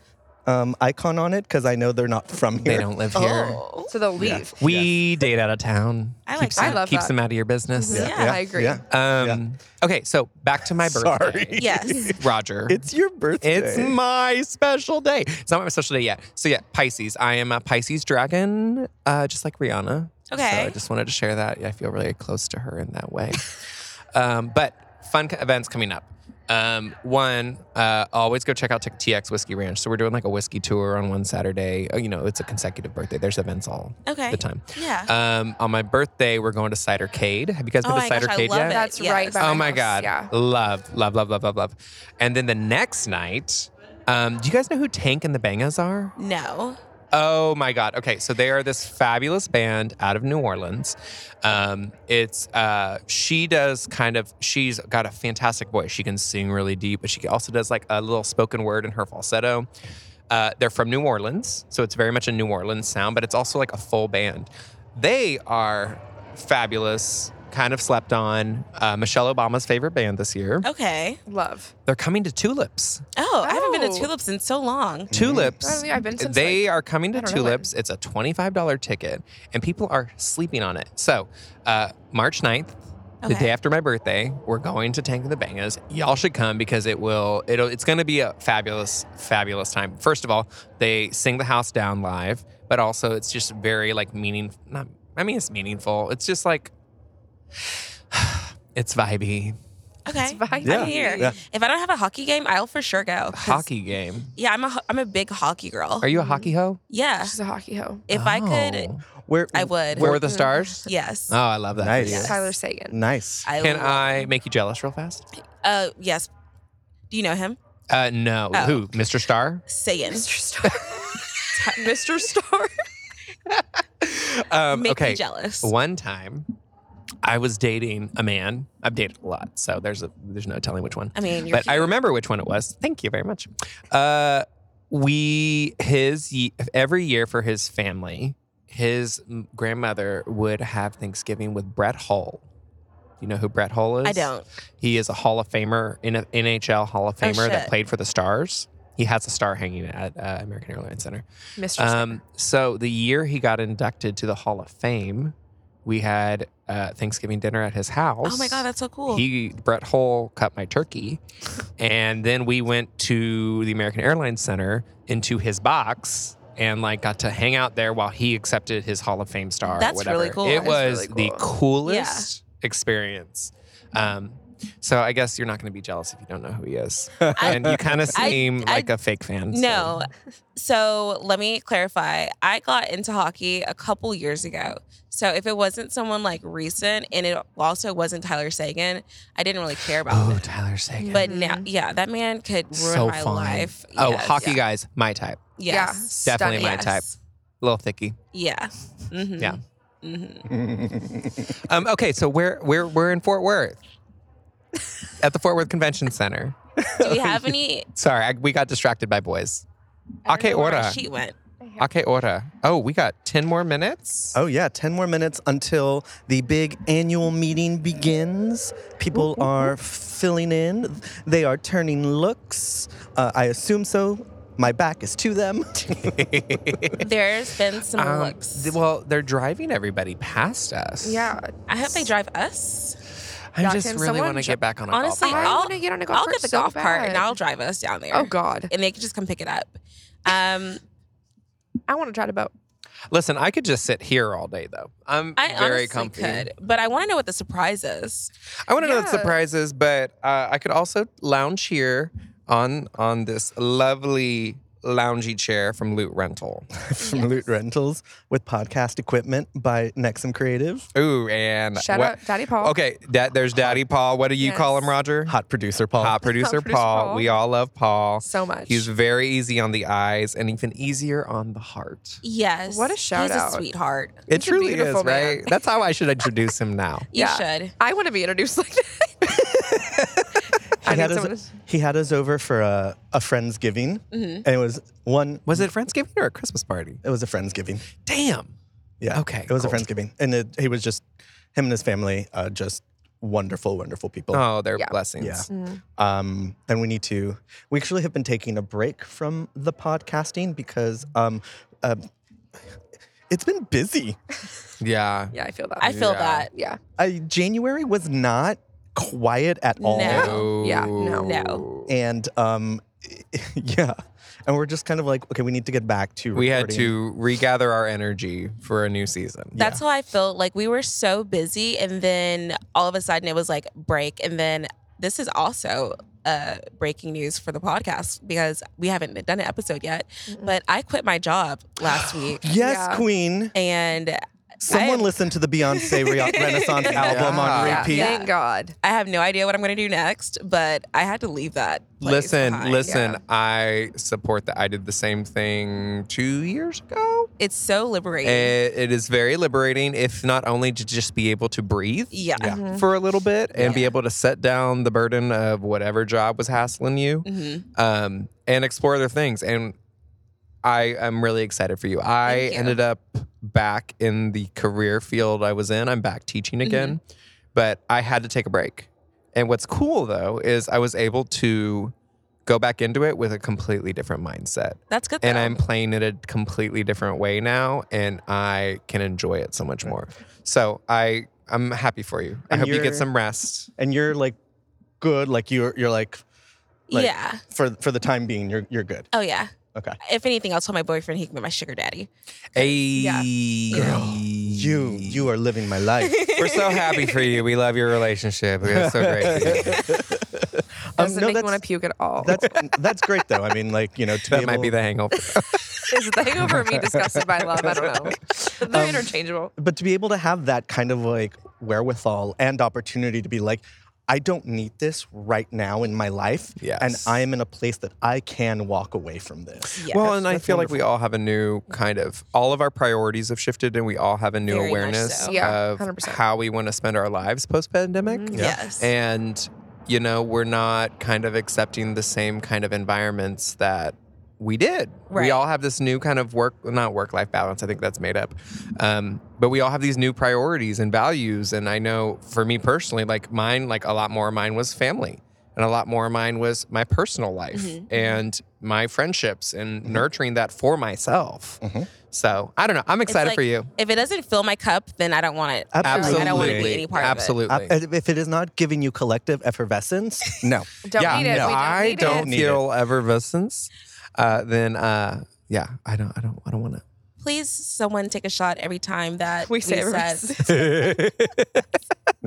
Speaker 2: um, icon on it, because I know they're not from
Speaker 1: They
Speaker 2: here.
Speaker 1: don't live here.
Speaker 3: Oh.
Speaker 4: So they'll leave.
Speaker 1: We date out of town.
Speaker 3: I like
Speaker 1: keeps
Speaker 3: that.
Speaker 1: Them,
Speaker 4: I love
Speaker 1: keeps
Speaker 4: that.
Speaker 1: them out of your business.
Speaker 3: Yeah.
Speaker 4: I agree.
Speaker 2: Mm-hmm. yeah.
Speaker 1: Um, Okay, so back to my birthday.
Speaker 2: Sorry.
Speaker 1: [LAUGHS]
Speaker 3: Yes.
Speaker 1: Roger.
Speaker 2: It's your birthday.
Speaker 1: It's my special day. It's not my special day yet. So yeah, Pisces. I am a Pisces dragon, uh, just like Rihanna.
Speaker 3: Okay.
Speaker 1: So I just wanted to share that. I feel really close to her in that way. [LAUGHS] um, but fun co- events coming up. Um, one, uh, always go check out T- TX Whiskey Ranch. So we're doing like a whiskey tour on one Saturday. Oh, you know, it's a consecutive birthday. There's events all
Speaker 3: Okay.
Speaker 1: the time.
Speaker 3: Yeah.
Speaker 1: Um, on my birthday, we're going to Cidercade. Have you guys been
Speaker 3: Oh
Speaker 1: to
Speaker 3: my gosh, I
Speaker 1: Cidercade
Speaker 3: love
Speaker 1: yet?
Speaker 3: it.
Speaker 4: That's
Speaker 3: Yes.
Speaker 4: right. by
Speaker 1: Oh my
Speaker 4: house.
Speaker 1: god.
Speaker 4: Yeah.
Speaker 1: Love, love, love, love, love, love. And then the next night, um, do you guys know who Tank and the Bangas are?
Speaker 3: no.
Speaker 1: Oh my god. Okay, so they are this fabulous band out of New Orleans. Um, it's uh, she does kind of she's got a fantastic voice. She can sing really deep, but she also does like a little spoken word in her falsetto. Uh, they're from New Orleans, so it's very much a New Orleans sound, but it's also like a full band. They are fabulous. Kind of slept on. Uh, Michelle Obama's favorite band this year.
Speaker 3: Okay.
Speaker 4: Love.
Speaker 1: They're coming to Tulips.
Speaker 3: Oh, I haven't been to
Speaker 4: Oh.
Speaker 3: tulips in so long.
Speaker 1: Tulips.
Speaker 4: I don't think I've been since,
Speaker 1: they
Speaker 4: like,
Speaker 1: are coming to
Speaker 4: I don't know when.
Speaker 1: Tulips. It's a $25 ticket, and people are sleeping on it. So, uh, March 9th, the
Speaker 3: Okay.
Speaker 1: day after my birthday, we're going to Tank of the Bangas. Y'all should come because it will. It'll. It's going to be a fabulous, fabulous time. First of all, they sing the house down live, but also it's just very like meaning. Not. I mean, it's meaningful. It's just like. [SIGHS] It's vibey.
Speaker 3: Okay.
Speaker 4: vibey.
Speaker 2: Yeah.
Speaker 3: I'm here.
Speaker 2: Yeah.
Speaker 3: If I don't have a hockey game, I'll for sure go. 'Cause-
Speaker 1: Hockey game.
Speaker 3: Yeah, I'm a ho- I'm a big hockey girl.
Speaker 1: Are you a hockey hoe? Oh.
Speaker 3: yeah.
Speaker 4: She's a hockey hoe.
Speaker 3: If I could,
Speaker 2: Where
Speaker 3: I would.
Speaker 1: Where were
Speaker 4: Hmm.
Speaker 1: the stars?
Speaker 3: yes.
Speaker 1: Oh, I love that. for
Speaker 2: Nice.
Speaker 1: you.
Speaker 3: Yes.
Speaker 4: Tyler Sagan.
Speaker 2: Nice.
Speaker 3: I
Speaker 1: Can
Speaker 3: would.
Speaker 1: I make you jealous real fast?
Speaker 3: Uh, yes. Do you know him?
Speaker 1: Uh, no.
Speaker 3: Oh.
Speaker 1: Who? Mr.
Speaker 3: [LAUGHS]
Speaker 1: Star?
Speaker 3: Sayin.
Speaker 4: Mr.
Speaker 3: [LAUGHS]
Speaker 4: Star. Mr. Star.
Speaker 1: Um,
Speaker 3: Make
Speaker 1: okay.
Speaker 3: me jealous.
Speaker 1: One time, I was dating a man. I've dated a lot, so there's a there's no telling which one.
Speaker 3: I mean, you're
Speaker 1: but I remember which one it was. Thank you very much. Uh, we his ye- every year for his family, his m- grandmother would have Thanksgiving with Brett Hull. You know who Brett Hull is?
Speaker 3: I don't.
Speaker 1: He is a Hall of Famer, in NHL Hall of
Speaker 3: Oh,
Speaker 1: Famer that
Speaker 3: shit.
Speaker 1: played for the Stars. He has a star hanging at uh, American Airlines Center.
Speaker 4: Mr.
Speaker 1: Um, so the year he got inducted to the Hall of Fame, we had uh, Thanksgiving dinner at his house.
Speaker 3: Oh my god, that's so cool.
Speaker 1: He Brett Hull cut my turkey, and then we went to the American Airlines Center into his box and like got to hang out there while he accepted his Hall of Fame star. or
Speaker 3: That's
Speaker 1: whatever.
Speaker 3: really cool.
Speaker 1: It
Speaker 4: That's
Speaker 1: was
Speaker 4: really
Speaker 1: the
Speaker 4: cool.
Speaker 1: coolest experience. Um, so I guess you're not going to be jealous if you don't know who he is, and you kind of
Speaker 3: [LAUGHS] I-
Speaker 1: seem
Speaker 3: I-
Speaker 1: like a fake fan. so-
Speaker 3: No. So let me clarify. I got into hockey a couple years ago. So if it wasn't someone like recent and it also wasn't Tyler Sagan, I didn't really care about
Speaker 1: Oh,
Speaker 3: it.
Speaker 1: Tyler Sagan.
Speaker 3: But now,
Speaker 4: Mm-hmm.
Speaker 3: yeah, that man could ruin
Speaker 1: so
Speaker 3: my
Speaker 1: fun.
Speaker 3: life.
Speaker 1: Oh,
Speaker 3: Yes.
Speaker 1: hockey guys, my type.
Speaker 3: Yes.
Speaker 4: Yeah.
Speaker 1: Definitely my
Speaker 3: Yes.
Speaker 1: type. Little thicky.
Speaker 3: Yeah. hmm
Speaker 1: Yeah.
Speaker 3: hmm
Speaker 2: [LAUGHS]
Speaker 1: Um, okay, so we're we're we're in Fort Worth at the Fort Worth Convention Center.
Speaker 3: Do we
Speaker 1: [LAUGHS]
Speaker 3: have any?
Speaker 1: Sorry, I, we got distracted by boys.
Speaker 3: I don't
Speaker 1: Okay,
Speaker 3: know where my
Speaker 1: Ora.
Speaker 3: Sheet went.
Speaker 1: Okay, Ora. Oh, we got ten more minutes.
Speaker 2: Oh yeah, ten more minutes until the big annual meeting begins. People are filling in. They are turning looks. Uh, I assume so. My back is to
Speaker 1: [LAUGHS]
Speaker 2: them.
Speaker 3: There's been some
Speaker 1: Um,
Speaker 3: looks.
Speaker 1: th- well, they're driving everybody past us.
Speaker 4: yeah.
Speaker 3: I hope they drive us.
Speaker 1: I
Speaker 4: Yeah,
Speaker 1: just
Speaker 4: can
Speaker 1: really
Speaker 4: someone
Speaker 1: want to
Speaker 4: dri-
Speaker 1: get back on a golf
Speaker 3: Honestly,
Speaker 1: cart.
Speaker 4: I
Speaker 3: I'll,
Speaker 4: want to get on a golf
Speaker 3: I'll
Speaker 4: cart
Speaker 3: get the
Speaker 4: so
Speaker 3: golf cart and
Speaker 4: bad.
Speaker 3: I'll drive us down there.
Speaker 4: Oh God.
Speaker 3: and they could just come pick it up. Um,
Speaker 4: I want to try to boat.
Speaker 1: Listen, I could just sit here all day though. I'm
Speaker 3: I
Speaker 1: very
Speaker 3: honestly
Speaker 1: comfy.
Speaker 3: could, but I want to know what the surprise is.
Speaker 1: I want to know what
Speaker 4: Yeah.
Speaker 1: surprises, but uh, I could also lounge here on on this lovely loungy chair from Loot Rental.
Speaker 2: From Loot Rentals with podcast equipment by Nexum Creative.
Speaker 1: Ooh, and
Speaker 4: Shout
Speaker 1: what-
Speaker 4: out Daddy Paul.
Speaker 1: Okay, da- there's Daddy Paul. What do you call him,
Speaker 4: Yes.
Speaker 1: Roger?
Speaker 2: Hot producer Paul.
Speaker 4: [LAUGHS]
Speaker 1: Hot producer,
Speaker 4: producer
Speaker 1: Paul.
Speaker 4: Paul.
Speaker 1: We all love Paul.
Speaker 4: So much.
Speaker 1: He's very easy on the eyes and even easier on the heart.
Speaker 3: Yes.
Speaker 4: What a
Speaker 3: He's
Speaker 4: shout-out.
Speaker 3: a sweetheart.
Speaker 1: It
Speaker 4: a
Speaker 1: truly is,
Speaker 4: beautiful man.
Speaker 1: right? That's how
Speaker 4: [LAUGHS]
Speaker 1: I should introduce him now.
Speaker 3: You
Speaker 4: Yeah.
Speaker 3: should.
Speaker 4: [LAUGHS] I want to be introduced like that. I I
Speaker 2: had
Speaker 4: think
Speaker 2: us-
Speaker 4: someone is.
Speaker 2: He had us over for a, a Friendsgiving,
Speaker 3: Mhm.
Speaker 2: and it was one.
Speaker 1: Was it Friendsgiving or a Christmas party?
Speaker 2: It was a Friendsgiving.
Speaker 1: Damn.
Speaker 2: Yeah.
Speaker 1: Okay,
Speaker 2: It was a
Speaker 1: cool.
Speaker 2: Friendsgiving, and it, he was just him and his family, uh, just wonderful, wonderful people.
Speaker 1: Oh, they're
Speaker 4: Yeah.
Speaker 1: blessings.
Speaker 2: Yeah.
Speaker 4: Mm.
Speaker 2: Um, and we need to. We actually have been taking a break from the podcasting because um, uh, it's been busy.
Speaker 1: Yeah.
Speaker 4: Yeah, I feel that.
Speaker 3: I feel
Speaker 1: Yeah.
Speaker 3: that.
Speaker 4: yeah.
Speaker 2: I, January was not quiet at all.
Speaker 3: No.
Speaker 4: Yeah, no.
Speaker 3: No.
Speaker 2: And um, [LAUGHS] yeah, and we're just kind of like, okay, we need to get back to.
Speaker 1: We had
Speaker 2: recording.
Speaker 1: to regather our energy for a new season.
Speaker 3: That's how I felt. Like we were so busy, and then all of a sudden it was like break, and then this is also uh, breaking news for the podcast because we haven't done an episode yet. But I quit my job
Speaker 4: [GASPS]
Speaker 3: last week,
Speaker 2: Yes,
Speaker 4: Yeah.
Speaker 2: Queen.
Speaker 3: and
Speaker 2: Someone
Speaker 3: I-
Speaker 2: listened to the Beyonce re- Renaissance album on
Speaker 1: Yeah.
Speaker 2: repeat.
Speaker 4: Thank God.
Speaker 3: I have no idea what I'm going to do next. But I had to leave that. place
Speaker 1: Listen,
Speaker 3: behind.
Speaker 1: listen, I support that. I did the same thing two years ago.
Speaker 3: It's so liberating.
Speaker 1: It, Eh, it is very liberating, if not only to just be able to breathe
Speaker 3: yeah.
Speaker 2: Yeah.
Speaker 1: for a little bit and be
Speaker 3: Yeah.
Speaker 1: able to set down the burden of whatever job was hassling you
Speaker 3: hmm
Speaker 1: um, and explore other things. And I am really excited for you. I
Speaker 3: Thank you.
Speaker 1: ended up back in the career field I was in. I'm back teaching
Speaker 3: Mm-hmm.
Speaker 1: again, but I had to take a break. And what's cool though is I was able to go back into it with a completely different mindset.
Speaker 3: That's good.
Speaker 1: And
Speaker 3: though.
Speaker 1: I'm playing it a completely different way now, and I can enjoy it so much more. So I, I'm happy for you. I
Speaker 2: And
Speaker 1: hope you
Speaker 2: you're-
Speaker 1: get some
Speaker 2: [LAUGHS]
Speaker 1: rest.
Speaker 2: And you're like good, like you're you're like like-
Speaker 3: yeah.
Speaker 2: for for the time being, you're you're good.
Speaker 3: Oh yeah.
Speaker 2: Okay.
Speaker 3: If anything, I'll tell my boyfriend he can be my sugar daddy.
Speaker 1: Yeah.
Speaker 2: Girl, You you are living my
Speaker 1: [LAUGHS]
Speaker 2: life.
Speaker 1: We're so happy for you. We love your relationship. It's so great. for you.
Speaker 2: Um,
Speaker 4: Doesn't
Speaker 2: no,
Speaker 4: make you want
Speaker 2: that's
Speaker 4: to puke at all. [LAUGHS]
Speaker 2: that's that's great though. I mean, like you know, to
Speaker 1: That
Speaker 2: be
Speaker 1: might
Speaker 2: able-
Speaker 1: be the hangover.
Speaker 4: is the hangover me disgusted by love? I don't know. They're interchangeable.
Speaker 2: but to be able to have that kind of like wherewithal and opportunity to be like, I don't need this right now in my life, and
Speaker 1: Yes.
Speaker 2: I am in a place that I can walk away from this.
Speaker 3: Yeah.
Speaker 1: Well,
Speaker 2: That's-
Speaker 1: and I
Speaker 2: that's
Speaker 1: feel like we all have a new kind of all of our priorities have shifted, and we all have a new
Speaker 3: Very much
Speaker 1: awareness
Speaker 3: so.
Speaker 4: Yeah,
Speaker 1: of
Speaker 4: 100%.
Speaker 1: how we want to spend our lives post pandemic.
Speaker 3: Mm-hmm. Yes.
Speaker 1: And you know, we're not kind of accepting the same kind of environments that we did. We
Speaker 3: Right.
Speaker 1: all have this new kind of work, not work life balance. I think that's made up. Um, but we all have these new priorities and values. And I know for me personally, like mine, like a lot more of mine was family. And a lot more of mine was my personal life
Speaker 3: Mhm.
Speaker 1: and my friendships and nurturing that for myself.
Speaker 2: Mhm.
Speaker 1: So I don't know. I'm excited for
Speaker 3: like-
Speaker 1: you.
Speaker 3: if it doesn't fill my cup, then I don't want it.
Speaker 2: Absolutely.
Speaker 1: Absolutely.
Speaker 3: I don't want to be any part of
Speaker 1: Absolutely.
Speaker 2: Uh, if it is not giving you collective effervescence, no.
Speaker 4: Don't
Speaker 1: yeah,
Speaker 4: need it.
Speaker 1: no,
Speaker 4: we don't
Speaker 1: I
Speaker 4: need
Speaker 1: don't
Speaker 4: it.
Speaker 2: Need
Speaker 1: feel effervescence. Uh, then, uh, yeah, I don't, I don't, I don't want to.
Speaker 3: it. Please, someone take a shot every time that
Speaker 4: We say
Speaker 3: said-
Speaker 2: [LAUGHS]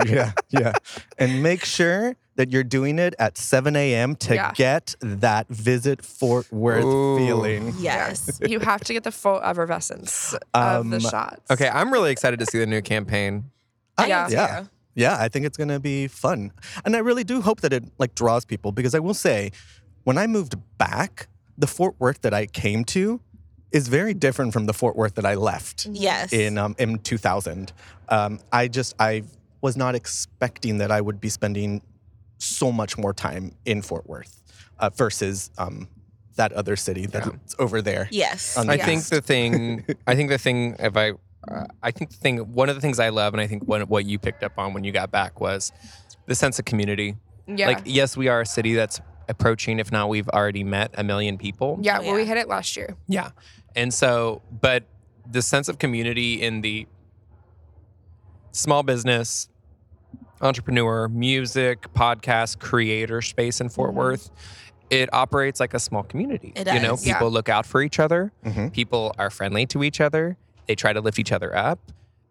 Speaker 2: yeah, yeah. And make sure that you're doing it at 7 a.m. to
Speaker 4: Yeah.
Speaker 2: get that visit Fort Worth
Speaker 1: Ooh.
Speaker 2: feeling.
Speaker 3: yes.
Speaker 4: You have to get the full effervescence of
Speaker 2: Um,
Speaker 4: the shots.
Speaker 1: Okay, I'm really excited to see the new campaign.
Speaker 3: I
Speaker 4: Yeah.
Speaker 3: am too.
Speaker 2: Yeah. Yeah, I think it's gonna be fun, and I really do hope that it like draws people because I will say, when I moved back, the Fort Worth that I came to is very different from the Fort Worth that I left.
Speaker 3: Yes.
Speaker 2: in um, in 2000. Um, I just I was not expecting that I would be spending so much more time in Fort Worth uh, versus um, that other city that's over there.
Speaker 3: yes.
Speaker 2: on
Speaker 1: I
Speaker 2: the
Speaker 1: think
Speaker 2: east.
Speaker 1: the thing, I think the thing, if I, uh, I think the thing, one of the things I love, and I think one, what you picked up on when you got back was the sense of community.
Speaker 4: Yeah.
Speaker 1: Like, yes, we are a city that's approaching, if not, we've already met a million people.
Speaker 4: yeah, well, we
Speaker 3: Yeah.
Speaker 4: hit it last year.
Speaker 1: Yeah. And so, but the sense of community in the small business, entrepreneur, music, podcast, creator space in Fort Worth, it operates like a small community.
Speaker 3: It
Speaker 1: You know,
Speaker 3: does.
Speaker 1: people
Speaker 4: Yeah.
Speaker 1: look out for each other,
Speaker 2: Mhm.
Speaker 1: people are friendly to each other, they try to lift each other up.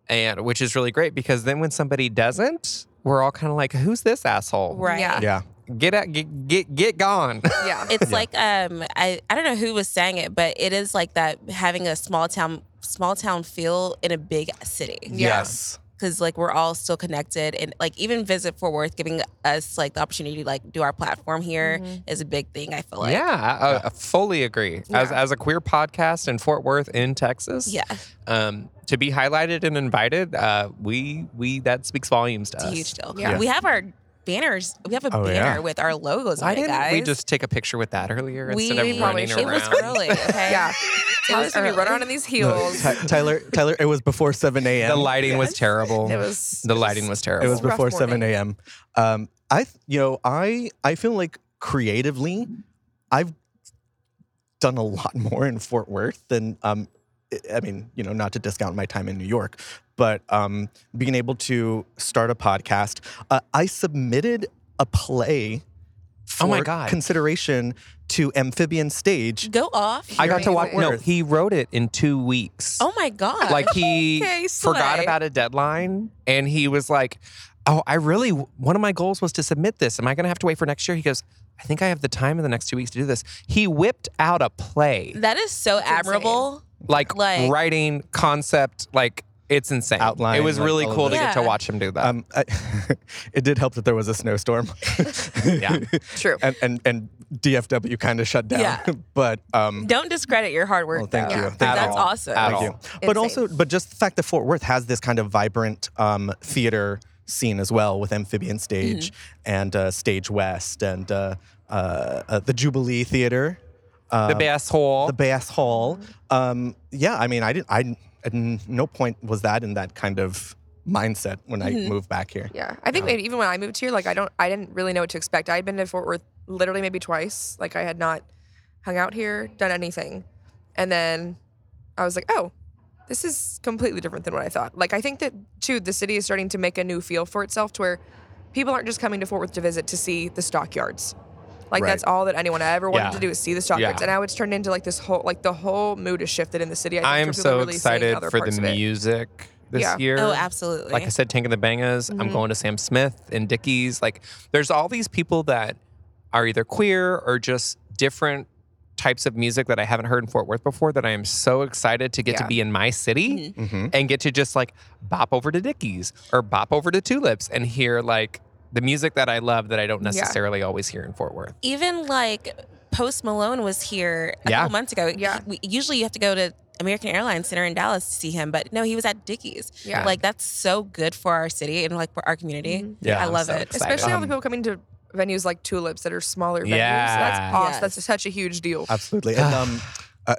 Speaker 1: And which is really great because then when somebody doesn't, we're all kind of like, who's this asshole?
Speaker 3: Right.
Speaker 4: Yeah.
Speaker 2: yeah,
Speaker 1: Get out, get, get, get gone.
Speaker 4: Yeah.
Speaker 3: It's like um I, I don't know who was saying it, but it is like that having a small town small town feel in a big city.
Speaker 1: [LAUGHS] Yes.
Speaker 3: Cause like we're all still connected and like even Visit Fort Worth giving us like the opportunity to like do our platform here is
Speaker 4: Mm-hmm.
Speaker 3: a big thing, I feel like.
Speaker 1: yeah, I, I fully agree. As, as a queer podcast in Fort Worth, in Texas,
Speaker 3: Yeah.
Speaker 1: um, to be highlighted and invited, uh, we we that speaks volumes to
Speaker 3: It's a
Speaker 1: us.
Speaker 3: huge deal.
Speaker 4: Yeah.
Speaker 3: We have our banners. We have a
Speaker 2: Oh,
Speaker 3: banner
Speaker 2: yeah.
Speaker 3: with our logos
Speaker 1: Why
Speaker 3: on it,
Speaker 1: didn't
Speaker 3: guys.
Speaker 1: we just take a picture with that earlier
Speaker 3: We-
Speaker 1: instead of
Speaker 4: We probably
Speaker 1: running
Speaker 4: should.
Speaker 3: it was
Speaker 1: around?
Speaker 3: early. [LAUGHS] Okay.
Speaker 4: Yeah. Tyler's gonna be
Speaker 3: early.
Speaker 4: running around in these
Speaker 2: No,
Speaker 4: heels.
Speaker 2: Ty- Tyler, Tyler, it was before 7 a.m.
Speaker 1: the lighting was terrible.
Speaker 4: It was
Speaker 1: the lighting was terrible.
Speaker 2: It was
Speaker 4: Rough
Speaker 2: before
Speaker 4: morning.
Speaker 2: 7 a.m. Um, I, th- you know, I, I feel like creatively, I've done a lot [LAUGHS] more in Fort Worth than, um, I- I mean, you know, not to discount my time in New York, but um, being able to start a podcast, uh, I submitted a play for
Speaker 1: Oh my God.
Speaker 2: consideration to Amphibian Stage.
Speaker 3: go off.
Speaker 1: I got to walk.
Speaker 4: Amazing.
Speaker 1: No, he wrote it in two weeks.
Speaker 3: Oh my god.
Speaker 1: like he
Speaker 4: Okay,
Speaker 1: forgot
Speaker 4: slay.
Speaker 1: about a deadline and he was like oh i really one of my goals was to submit this am i going to have to wait for next year he goes i think i have the time in the next two weeks to do this he whipped out a play
Speaker 3: that is so
Speaker 4: insane.
Speaker 3: admirable.
Speaker 1: like,
Speaker 3: like-
Speaker 1: writing concept like it's insane
Speaker 2: Outline,
Speaker 1: it was
Speaker 2: like,
Speaker 1: really
Speaker 2: all of
Speaker 1: cool to
Speaker 3: it.
Speaker 1: get to
Speaker 3: Yeah.
Speaker 1: watch him do that
Speaker 2: Um, I, [LAUGHS] it did help that there was a
Speaker 1: [LAUGHS]
Speaker 2: snowstorm. [LAUGHS]
Speaker 1: Yeah.
Speaker 4: true.
Speaker 2: and and, and DFW kind of shut down.
Speaker 3: Yeah.
Speaker 2: [LAUGHS] but um,
Speaker 3: Don't discredit your hard work.
Speaker 2: Well, thank
Speaker 3: though.
Speaker 2: you.
Speaker 3: Yeah.
Speaker 2: Thank
Speaker 3: That's
Speaker 1: Oh, you.
Speaker 3: awesome.
Speaker 1: At
Speaker 2: thank
Speaker 1: all.
Speaker 2: you. But
Speaker 4: Insane.
Speaker 2: also, but just the fact that Fort Worth has this kind of vibrant um, theater scene as well, with Amphibian Stage and uh, Stage West and uh, uh, uh, the Jubilee Theater, uh,
Speaker 1: the bass hole
Speaker 2: um, the Bass Hall. Um, yeah, I mean, I didn't. I at no point was that in that kind of mindset when I moved back here.
Speaker 4: Yeah, I think maybe even when I moved here, like I don't, I didn't really know what to expect. I had been to Fort Worth literally maybe twice. Like I had not hung out here, done anything, and then I was like, oh, this is completely different than what I thought. Like I think that too, the city is starting to make a new feel for itself, to where people aren't just coming to Fort Worth to visit to see the stockyards. Like
Speaker 2: Right.
Speaker 4: that's all that anyone ever wanted
Speaker 1: Yeah.
Speaker 4: to do is see the stockyards,
Speaker 1: Yeah.
Speaker 4: and now it's turned into like this whole, like the whole mood is shifted in the city. I think,
Speaker 1: i am
Speaker 4: for people
Speaker 1: so
Speaker 4: really seeing
Speaker 1: excited
Speaker 4: other
Speaker 1: for
Speaker 4: parts
Speaker 1: the
Speaker 4: of it.
Speaker 1: music this
Speaker 4: Yeah.
Speaker 1: year
Speaker 3: Oh, absolutely.
Speaker 1: Like I said, Tank and the Bangas.
Speaker 3: Mm-hmm.
Speaker 1: I'm going to Sam Smith and Dickies. Like, there's all these people that are either queer or just different types of music that I haven't heard in Fort Worth before that I am so excited to get to
Speaker 4: Yeah.
Speaker 1: be in my
Speaker 3: Mm-hmm.
Speaker 1: city
Speaker 2: Mhm.
Speaker 1: and get to just like bop over to Dickies or bop over to Tulips and hear like the music that I love that I don't necessarily always hear in Fort Worth.
Speaker 3: even like Post Malone was here a
Speaker 1: Yeah.
Speaker 3: couple months ago.
Speaker 4: Yeah.
Speaker 3: We, usually you have to go to American Airlines Center in Dallas to see him, but no, he was at Dickies.
Speaker 4: Yeah.
Speaker 3: Like that's so good for our city and like for our community.
Speaker 4: Mhm.
Speaker 1: Yeah,
Speaker 3: I
Speaker 1: I'm
Speaker 3: love
Speaker 1: so
Speaker 3: it.
Speaker 1: excited.
Speaker 4: Especially all the
Speaker 2: Um,
Speaker 4: people coming to venues like Tulips that are smaller venues.
Speaker 1: Yeah.
Speaker 4: That's awesome.
Speaker 3: Yes.
Speaker 4: That's such a huge deal.
Speaker 2: Absolutely. And um, [SIGHS] uh,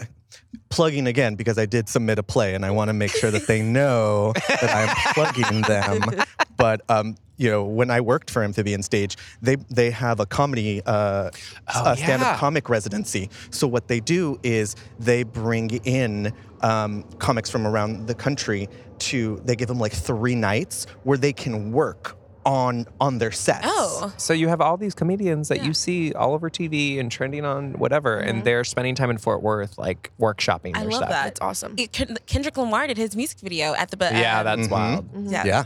Speaker 2: plugging again because I did submit a play, and I want to make sure that they know that [LAUGHS] I'm plugging them. But um, you know, when I worked for Amphibian Stage, they they have a comedy, uh,
Speaker 1: Oh,
Speaker 2: a stand-up
Speaker 1: yeah.
Speaker 2: comic residency. So what they do is they bring in um, comics from around the country to. They give them like three nights where they can work on on their sets.
Speaker 3: Oh,
Speaker 1: So you have all these comedians that
Speaker 3: Yeah. Mm-hmm.
Speaker 1: you see all over TV and trending on whatever, and they're spending time in Fort Worth like workshopping.
Speaker 3: I
Speaker 1: their
Speaker 3: love
Speaker 1: stuff.
Speaker 3: that.
Speaker 4: That's awesome.
Speaker 3: It- Ken- Kendrick Lamar did his music video at the bu-
Speaker 1: Yeah,
Speaker 4: [LAUGHS]
Speaker 3: um,
Speaker 1: that's
Speaker 2: Mhm.
Speaker 1: wild.
Speaker 4: Mm-hmm.
Speaker 3: yeah.
Speaker 2: Yeah.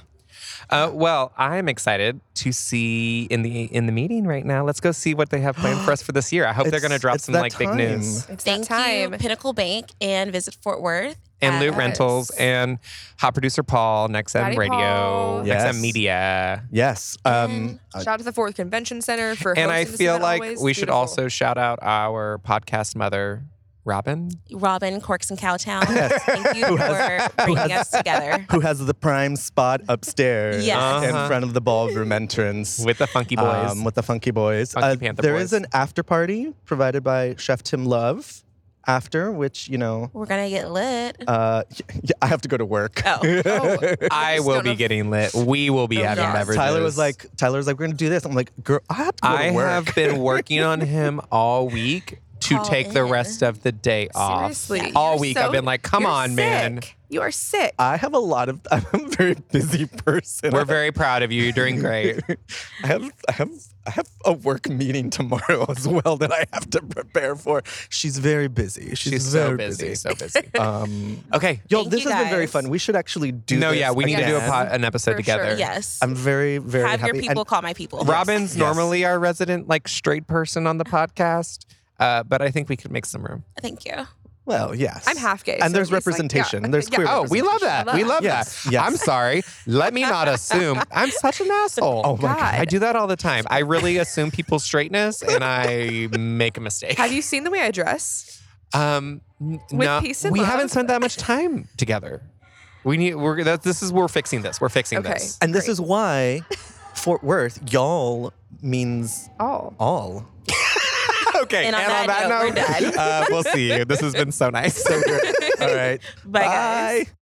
Speaker 1: Uh, well, I'm excited to see in the in the meeting right now. Let's go see what they have planned for us for this year. I hope they're
Speaker 2: It's-
Speaker 1: going to drop
Speaker 2: it's
Speaker 1: some
Speaker 2: that
Speaker 1: like big
Speaker 2: time.
Speaker 1: news
Speaker 4: It's
Speaker 3: Thank
Speaker 4: that time.
Speaker 3: you, Pinnacle Bank and Visit Fort Worth
Speaker 1: and
Speaker 3: at-
Speaker 1: Lou Rentals and hot producer Paul, Next M
Speaker 4: Daddy
Speaker 1: Radio,
Speaker 4: Paul.
Speaker 1: Next
Speaker 2: Yes.
Speaker 1: M Media.
Speaker 2: Yes. Um,
Speaker 4: Shout out to the Fourth Convention Center for
Speaker 1: And I
Speaker 4: hosting this
Speaker 1: feel
Speaker 4: event
Speaker 1: like
Speaker 4: always.
Speaker 1: we should
Speaker 4: Beautiful.
Speaker 1: also shout out our podcast mother, Robin.
Speaker 3: Robin Corks and Cowtown. Thank you for bringing us together.
Speaker 2: who has the prime spot upstairs
Speaker 3: Yes.
Speaker 2: in
Speaker 1: Uh-huh.
Speaker 2: front of the ballroom entrance
Speaker 1: With the Funky Boys.
Speaker 2: [LAUGHS] um, with the funky boys. Uh,
Speaker 1: Funky Panther
Speaker 2: there
Speaker 1: Boys.
Speaker 2: is an after party provided by Chef Tim Love after, which, you know,
Speaker 3: We're gonna get lit.
Speaker 2: uh, [LAUGHS] y- y- I have to go to work. [LAUGHS]
Speaker 3: Oh,
Speaker 1: I
Speaker 4: Just
Speaker 1: will
Speaker 4: don't
Speaker 1: be
Speaker 4: know-
Speaker 1: getting lit. We will be
Speaker 4: Oh,
Speaker 1: having
Speaker 4: God.
Speaker 1: beverages.
Speaker 2: Tyler was like, Tyler was like, we're gonna do this. I'm like, girl, I have to go
Speaker 1: I
Speaker 2: to work.
Speaker 1: have been working on him all week to
Speaker 3: Call
Speaker 1: take the
Speaker 3: in.
Speaker 1: rest of the day off.
Speaker 4: Seriously,
Speaker 1: all
Speaker 4: you're
Speaker 1: week
Speaker 4: so-
Speaker 1: I've been like, come
Speaker 4: you're
Speaker 1: on,
Speaker 4: sick.
Speaker 1: man.
Speaker 4: You are sick.
Speaker 2: [LAUGHS] I have a lot of. [LAUGHS] I'm a very busy person.
Speaker 1: We're very proud of you. You're
Speaker 2: [LAUGHS]
Speaker 1: doing great.
Speaker 2: I have I have I have a work meeting tomorrow [LAUGHS] as well that I have to prepare for. She's very busy. She's,
Speaker 1: She's
Speaker 2: very
Speaker 1: so busy, so
Speaker 2: [LAUGHS]
Speaker 1: busy.
Speaker 3: [LAUGHS]
Speaker 2: Um,
Speaker 1: Okay.
Speaker 2: yo,
Speaker 3: Thank
Speaker 2: this
Speaker 3: you
Speaker 2: has been very
Speaker 3: guys.
Speaker 2: fun. We should actually do.
Speaker 1: no,
Speaker 2: this
Speaker 1: yeah, we need to do a
Speaker 2: again.
Speaker 1: pod, an episode
Speaker 4: For
Speaker 1: together.
Speaker 4: sure.
Speaker 3: yes.
Speaker 2: I'm very very
Speaker 3: Have
Speaker 2: happy.
Speaker 3: your people
Speaker 2: and
Speaker 3: call my people.
Speaker 1: Robin's
Speaker 2: Yes.
Speaker 1: normally our resident like straight person on the podcast, uh, but I think we could make some room.
Speaker 3: Thank you.
Speaker 2: well, yes.
Speaker 4: I'm half gay.
Speaker 2: And
Speaker 4: so
Speaker 2: there's
Speaker 4: at least, like,
Speaker 2: representation.
Speaker 4: yeah.
Speaker 2: There's
Speaker 4: Yeah.
Speaker 2: queer
Speaker 1: Oh, we love that. We love
Speaker 2: Yes,
Speaker 1: that.
Speaker 2: yes.
Speaker 1: I'm sorry. Let me not assume. I'm such an asshole.
Speaker 2: Oh my God.
Speaker 1: I do that all the time. I really assume people's straightness and I make a mistake.
Speaker 4: Have you seen the way I dress?
Speaker 1: Um, n-
Speaker 4: With
Speaker 1: no,
Speaker 4: peace and
Speaker 1: we
Speaker 4: love?
Speaker 1: haven't spent that much time together. We need. We're that, this is we're fixing this. We're fixing
Speaker 4: Okay.
Speaker 1: this.
Speaker 2: And this is why Fort Worth, y'all means
Speaker 4: all.
Speaker 2: all.
Speaker 1: okay.
Speaker 3: And on that note, we're done.
Speaker 1: uh, we'll see you. This has been so nice.
Speaker 3: [LAUGHS]
Speaker 2: So good. All right.
Speaker 3: Bye, guys.
Speaker 2: Bye.